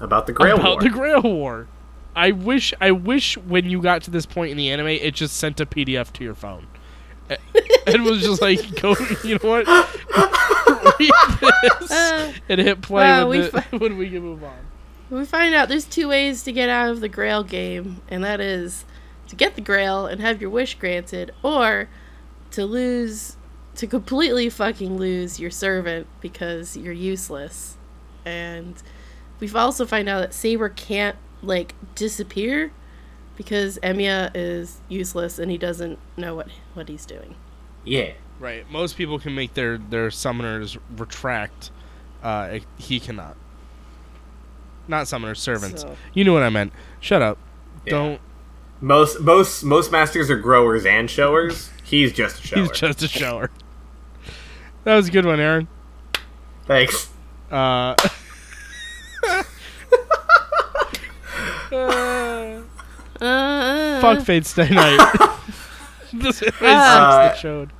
S4: about the Grail
S3: about
S4: War.
S3: the Grail War. I wish I wish when you got to this point in the anime, it just sent a PDF to your phone. A- and was just like, go, you know what? Read this
S2: Uh,
S3: and hit play
S2: wow,
S3: when,
S2: we
S3: the-
S2: fi-
S3: when we can move on.
S2: we find out there's two ways to get out of the Grail game, and that is to get the Grail and have your wish granted, or to lose, to completely fucking lose your servant because you're useless. And we've also find out that Saber can't like disappear because Emiya is useless and he doesn't know what what he's doing.
S4: yeah.
S3: Right. Most people can make their their summoners retract. Uh, he cannot. Not summoners, servants.
S2: So-
S3: You knew what I meant. Shut up.
S4: Yeah.
S3: Don't.
S4: Most most most masters are growers and showers. He's just a shower.
S3: He's just a shower. That was a good one, Aaron.
S4: Thanks.
S3: Uh,
S2: Uh,
S3: fuck Fate Stay Night. this is
S4: Uh,
S3: that showed.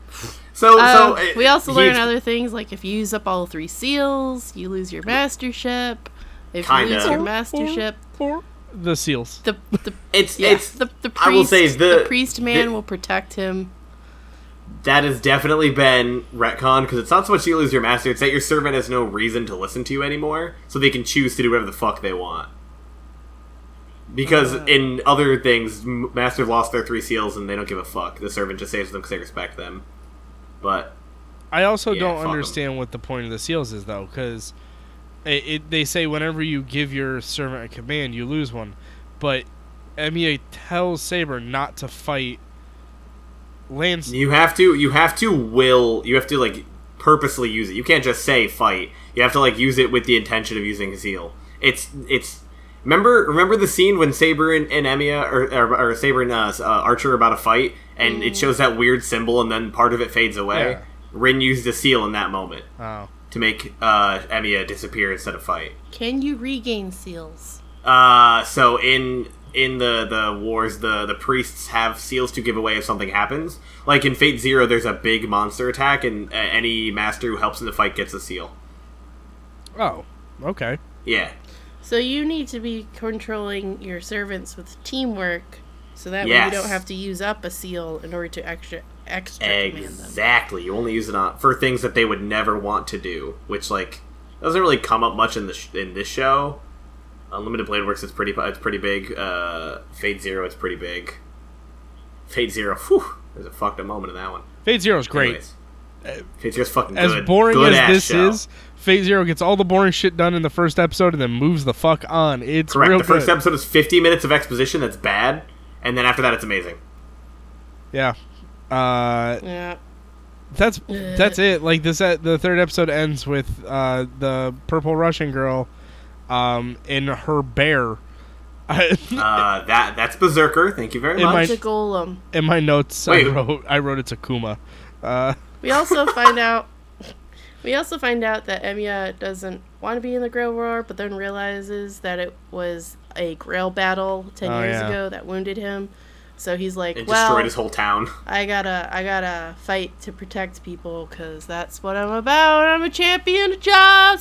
S4: So
S2: Uh,
S4: so uh,
S2: we also
S4: he
S2: learn
S4: ex-
S2: other things like if you use up all three seals, you lose your mastership. If
S4: Kinda.
S2: you lose your mastership,
S3: The seals.
S2: the the
S4: It's
S2: yeah,
S4: it's
S2: the, the priest,
S4: I will say
S2: the,
S4: the-
S2: priest man
S4: the-
S2: will protect him.
S4: that has definitely been retcon because it's not so much you lose your master; it's that your servant has no reason to listen to you anymore, so they can choose to do whatever the fuck they want. Because in other things, m- masters lost their three seals and they don't give a fuck. The servant just saves them because they respect them. But
S3: I also
S4: Yeah, fuck
S3: don't
S4: 'em.
S3: understand what the point of the seals is though, because it, it, they say whenever you give your servant a command, you lose one. But Emiya tells Saber not to fight Lance.
S4: you have to you have to will you have to like purposely use it. You can't just say fight. You have to like use it with the intention of using a seal. It's it's remember remember the scene when Saber and, and Emiya or, or, or Saber and uh, uh, Archer are about to fight and it shows that weird symbol and then part of it fades away.
S3: Yeah.
S4: Rin used a seal in that moment
S3: Oh,
S4: to make uh, Emiya disappear instead of fight.
S2: Can you regain seals?
S4: Uh, so in in the the wars, the the priests have seals to give away if something happens. Like in Fate Zero, there's a big monster attack, and uh, any master who helps in the fight gets a seal.
S3: oh, okay.
S4: Yeah,
S2: So you need to be controlling your servants with teamwork, so that way
S4: Yes.
S2: you don't have to use up a seal in order to extra extra command them.
S4: exactly. You only use it on for things that they would never want to do, which like doesn't really come up much in the sh- in this show. Unlimited Blade Works is pretty it's pretty big. Uh, Fate Zero it's pretty big. Fate Zero, whew, there's a fucked up moment in that one.
S3: Fate Zero's great.
S4: Anyways. Fate Zero's fucking
S3: Uh, as
S4: good.
S3: boring
S4: Good
S5: ass
S3: as this
S4: show.
S3: is, Phase Zero gets all the boring shit done in the first episode and then moves the fuck on. It's
S4: Correct.
S3: real
S4: the first
S3: good.
S4: episode is 50 minutes of exposition that's bad, and then after that, it's amazing.
S3: yeah. Uh,
S2: Yeah.
S3: that's that's it. Like this, uh, the third episode ends with uh, the purple Russian girl, um, in her bear. in
S4: Uh, that that's Berserker. Thank you very
S3: It
S4: much.
S3: might-
S2: It's a golem.
S3: my notes,
S4: Wait.
S3: I wrote I wrote it's a Kuma. Uh,
S2: We also find out we also find out that Emiya doesn't want to be in the Grail War, but then realizes that it was a Grail battle ten
S3: Oh,
S2: years
S3: yeah.
S2: ago that wounded him. So he's like,
S4: It
S2: "Well,
S4: destroyed his whole town.
S2: I gotta, I gotta fight to protect people because that's what I'm about. I'm a champion of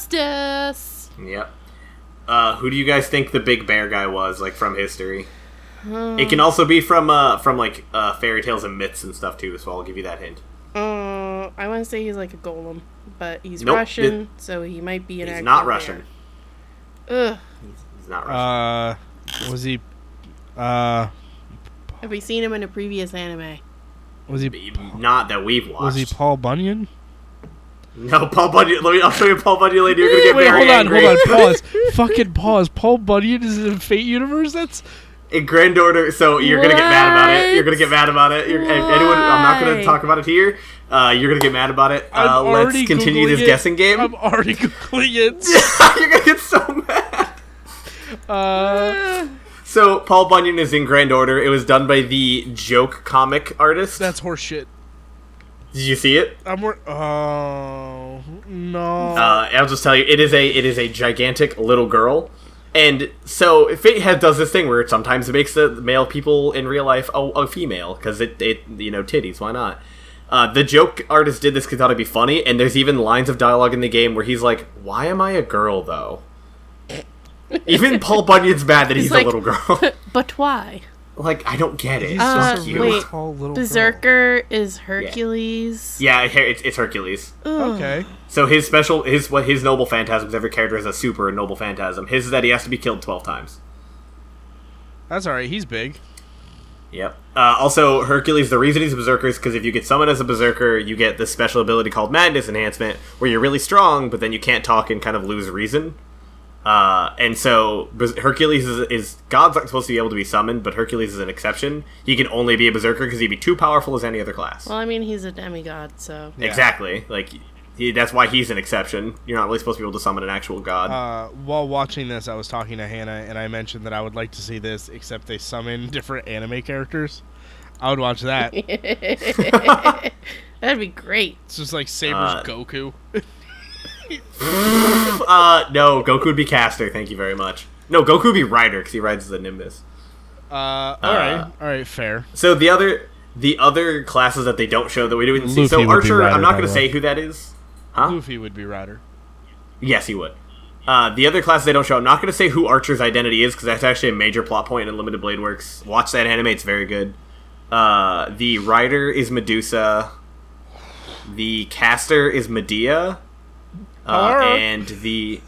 S2: justice."
S4: Yep. Uh, who do you guys think the big bear guy was, like from history? It can also be from uh, from like uh, fairy tales and myths and stuff too. So I'll give you that hint.
S2: Uh, I want to say he's like a golem, but he's
S4: Nope,
S2: Russian, so he might be an.
S4: He's
S2: actual
S4: not
S2: bear.
S4: Russian.
S2: Ugh.
S4: He's not Russian.
S3: uh, was he? Uh,
S2: Have we seen him in a previous anime?
S3: was he?
S4: not that we've watched.
S3: Was he Paul Bunyan?
S4: No, Paul Bundy. Let me. I'll show you Paul Bundy later. You're gonna get
S3: Wait,
S4: very
S3: hold on,
S4: angry.
S3: hold on, pause. Fucking pause. Paul Bunyan is in the Fate universe. That's
S4: In grand order, so you're gonna get mad about it. You're gonna get mad about it. You're, and anyone, I'm not gonna
S2: Why?
S4: talk about it here. Uh, you're gonna get mad about it.
S3: I'm
S4: Uh, let's
S3: already
S4: continue
S3: Googling
S4: this
S3: it.
S4: guessing game.
S3: I'm already googling it.
S4: you're gonna get so mad.
S3: Uh,
S4: So Paul Bunyan is in grand order. It was done by the joke comic artist.
S3: that's horseshit.
S4: Did you see it?
S3: I'm wor- Oh no.
S4: Uh, I'll just tell you, it is a it is a gigantic little girl, and so Fate has, does this thing where it sometimes makes the male people in real life a, a female because it it you know titties why not. Uh, the joke artist did this because thought it'd be funny, and there's even lines of dialogue in the game where he's like, "Why am I a girl though?" even Paul Bunyan's mad that he's,
S2: like-
S4: a little girl.
S2: But why?
S4: like I don't get it. It's
S2: Uh,
S4: so
S3: Just a
S4: cute.
S3: really
S2: wait.
S3: tall little girl.
S2: Berserker is Hercules.
S4: Yeah, Her- it's, it's Hercules.
S2: Ugh.
S3: Okay.
S4: So his special, his what his noble phantasms. Every character has a super and noble phantasm. His is that he has to be killed twelve times.
S3: That's all right. He's big.
S4: Yep. Uh, also, Hercules, the reason he's a berserker is because if you get summoned as a berserker, you get this special ability called Madness Enhancement, where you're really strong, but then you can't talk and kind of lose reason. Uh, and so Bes- Hercules is, is God's not supposed to be able to be summoned, but Hercules is an exception. He can only be a berserker because he'd be too powerful as any other class.
S2: Well, I mean, he's a demigod, so
S4: Exactly. Like he, that's why he's an exception. You're not really supposed to be able to summon an actual god.
S3: Uh, while watching this, I was talking to Hannah, and I mentioned that I would like to see this, except they summon different anime characters. I would watch that.
S2: that'd be great.
S3: It's just like Saber's
S4: Uh,
S3: Goku.
S4: Uh, no, Goku would be caster. Thank you very much. No, Goku would be rider because he rides the Nimbus.
S3: Uh, all right, all right, fair.
S4: So the other the other classes that they don't show that we didn't
S3: Luffy
S4: see.
S3: would
S4: So
S3: be
S4: Archer,
S3: Ryder,
S4: I'm not
S3: by
S4: going to
S3: the
S4: say
S3: way.
S4: who that is. Huh?
S3: Luffy would be Ryder.
S4: Yes, he would. Uh, the other classes they don't show. I'm not going to say who Archer's identity is because that's actually a major plot point in Limited Blade Works. Watch that anime; it's very good. Uh, the rider is Medusa. The caster is Medea. Uh,
S3: Alright.
S4: and the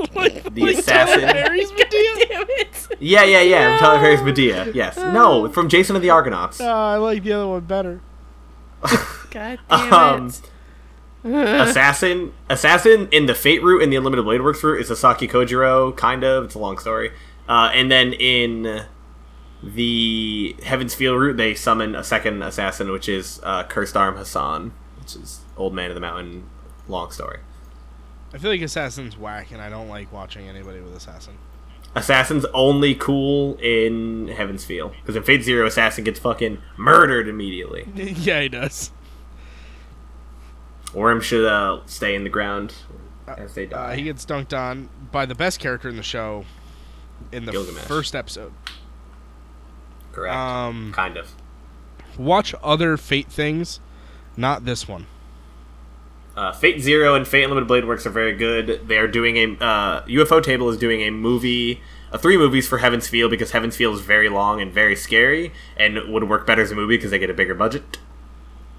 S4: the
S3: Like Tyler
S4: assassin.
S3: Perry's Medea?
S2: Damn it!
S4: Yeah, yeah, yeah. Tyler Perry's Medea. Yes. No, from Jason and the Argonauts.
S3: Oh, I like the other one better.
S2: God damn
S4: Um,
S2: it!
S4: assassin assassin in the fate route and the unlimited blade works route is Sasaki kojiro kind of it's a long story uh, and then in the heaven's field route they summon a second assassin which is uh, cursed arm hassan which is old man of the mountain long story
S3: I feel like Assassin's whack, and I don't like watching anybody with Assassin.
S4: assassin's only cool in heaven's field because in fate zero assassin gets fucking murdered immediately
S3: yeah, he does.
S4: worm should uh, stay in the ground as they
S3: Uh,
S4: die
S3: he gets dunked on by the best character in the show in the
S4: Gilgamesh.
S3: first episode.
S4: correct
S3: Um,
S4: kind of
S3: watch other Fate things, not this one.
S4: Uh, Fate Zero and Fate Unlimited Blade Works are very good. They are doing a uh, UFO Table is doing a movie, uh, three movies for Heaven's Field because Heaven's Field is very long and very scary, and would work better as a movie because they get a bigger budget.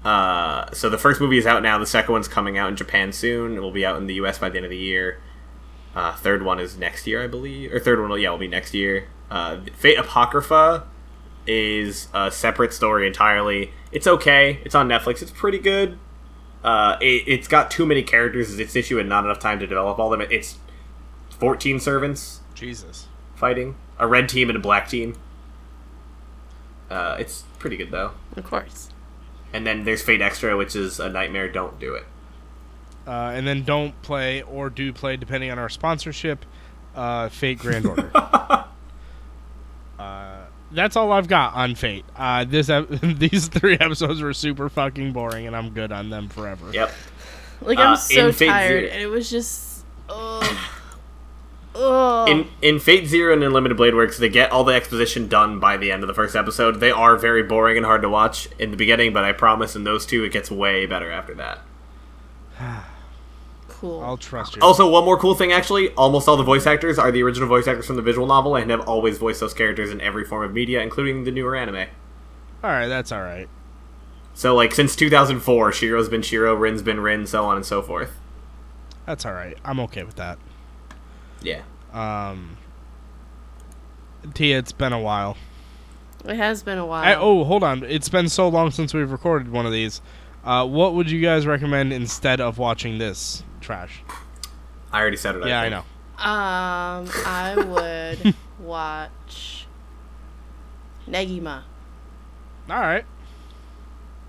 S4: Uh, so the first movie is out now. The second one's coming out in Japan soon. It will be out in the U.S. by the end of the year. Uh, third one is next year, I believe, or third one, will- yeah, will be next year. Uh, Fate Apocrypha is a separate story entirely. It's okay. It's on Netflix. It's pretty good uh, it, it's got too many characters as its issue and not enough time to develop all of them. It's 14 servants
S3: Jesus.
S4: fighting a red team and a black team. Uh, it's pretty good though.
S2: Of course.
S4: And then there's Fate Extra, which is a nightmare. Don't do it.
S3: Uh, and then don't play or do play, depending on our sponsorship, uh, Fate Grand Order. uh, that's all I've got on Fate. Uh, this ep- these three episodes were super fucking boring, and I'm good on them forever.
S4: Yep.
S2: Like
S4: Uh,
S2: I'm so
S4: in Fate
S2: tired,
S4: Zero-
S2: and it was just, oh, oh.
S4: In in Fate Zero and Unlimited Blade Works, they get all the exposition done by the end of the first episode. They are very boring and hard to watch in the beginning, but I promise in those two, it gets way better after that.
S2: cool.
S3: I'll trust you.
S4: Also, one more cool thing actually, almost all the voice actors are the original voice actors from the visual novel and have always voiced those characters in every form of media, including the newer anime.
S3: all right, that's all right.
S4: So, like, since 2004, Shiro's been Shiro, Rin's been Rin, so on and so forth.
S3: That's all right. I'm okay with that.
S4: Yeah.
S3: Um, Tia, it's been a while.
S2: it has been a while.
S3: I, oh, hold on. It's been so long since we've recorded one of these. Uh, what would you guys recommend instead of watching this trash?
S4: I already said it.
S3: yeah, I
S4: think.
S3: know.
S2: Um, I would watch Negima.
S3: All right,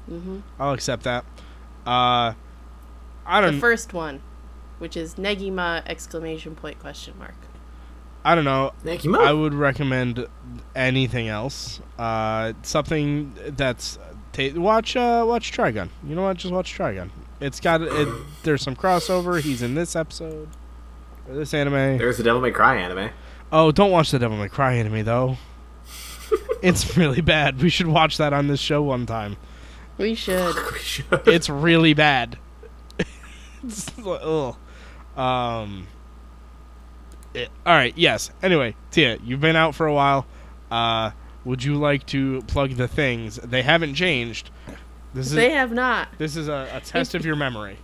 S2: hmm
S3: I'll accept that. Uh, I
S2: The
S3: don't.
S2: first one, which is Negima exclamation point question mark.
S3: I don't know.
S4: Thank you, Mo.
S3: I would recommend anything else. Uh, something that's ta- watch uh, watch Trigun. You know what? Just watch Trigun. It's got it, there's some crossover. He's in this episode. Or this anime.
S4: There's the Devil May Cry anime.
S3: Oh, don't watch the Devil May Cry anime though. it's really bad. We should watch that on this show one time.
S2: We should.
S4: We should.
S3: It's really bad. it's like, ugh. Um. it- all right. Yes. Anyway, Tia, you've been out for a while. Uh, would you like to plug the things? They haven't changed. This is
S2: They have not.
S3: this is a, a test of your memory.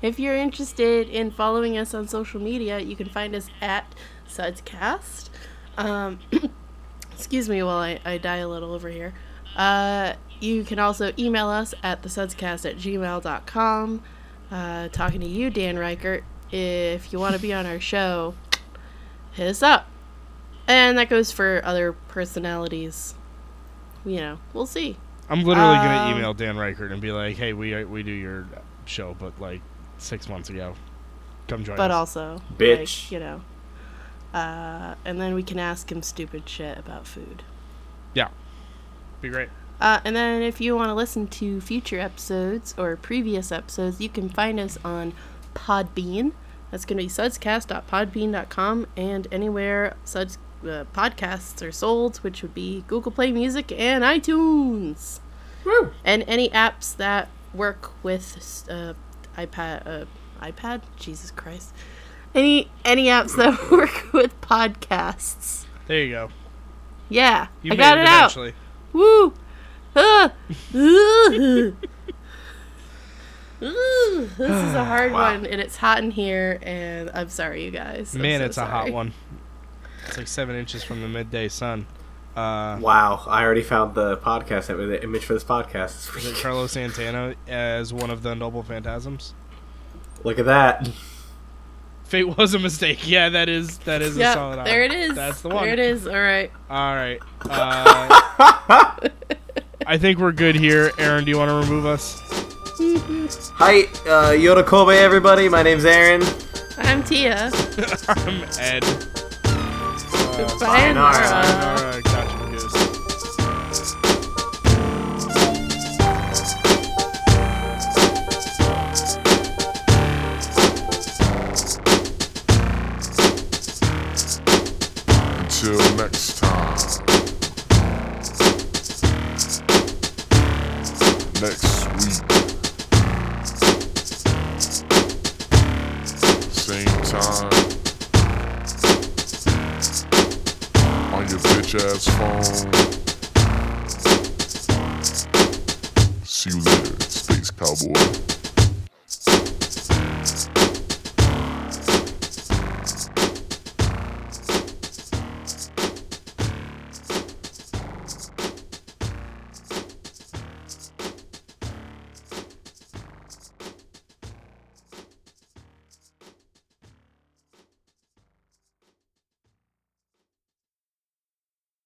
S2: If you're interested in following us on social media, you can find us at Sudscast. Um, excuse me while I, I die a little over here. Uh, you can also email us at thesudscast at gmail.com. Uh, talking to you, Dan Reichert. If you want to be on our show, hit us up. And that goes for other personalities. You know, we'll see.
S3: I'm literally gonna
S2: Um,
S3: email Dan Reichert and be like, "Hey, we uh, we do your show, but like six months ago. Come join
S2: but
S3: us."
S2: also
S4: Bitch.
S2: like, you know uh, and then we can ask him stupid shit about food
S3: Be great.
S2: uh, and then if you want to listen to future episodes or previous episodes you can find us on podbean that's going to be sudscast.podbean.com and anywhere suds uh, podcasts are sold which would be google play music and itunes
S4: Woo.
S2: and any apps that work with uh, iPad, uh, iPad, Jesus Christ, any any apps that work with podcasts.
S3: There you go.
S2: Yeah,
S3: You
S2: I got
S3: made
S2: it,
S3: it
S2: out.
S3: eventually.
S2: Woo! Ah. Ooh. Ooh. this is a hard
S4: Wow.
S2: one, and it's hot in here. And I'm sorry, you guys. I'm
S3: Man,
S2: so
S3: it's a hot
S2: sorry.
S3: one. It's like seven inches from the midday sun. Uh,
S4: Wow, I already found the podcast the image for this podcast. this
S3: is it
S4: week.
S3: Carlos Santana as one of the Noble Phantasms?
S4: Look at that.
S3: Fate was a mistake. Yeah, that is that is a solid.
S2: Yeah,
S3: op.
S2: there it is.
S3: That's the one.
S2: There it is. All right.
S3: All right. Uh, I think we're good here. Aaron, do you want to remove us?
S4: Hi, uh, Yoda Kobe, everybody. My name's Aaron.
S2: I'm Tia.
S3: I'm Ed.
S2: Sayonara.
S3: Sayonara, Gotcha, Goose.
S1: Until next time. Next week. Same time. On your bitch ass phone. See you later, Space Cowboy.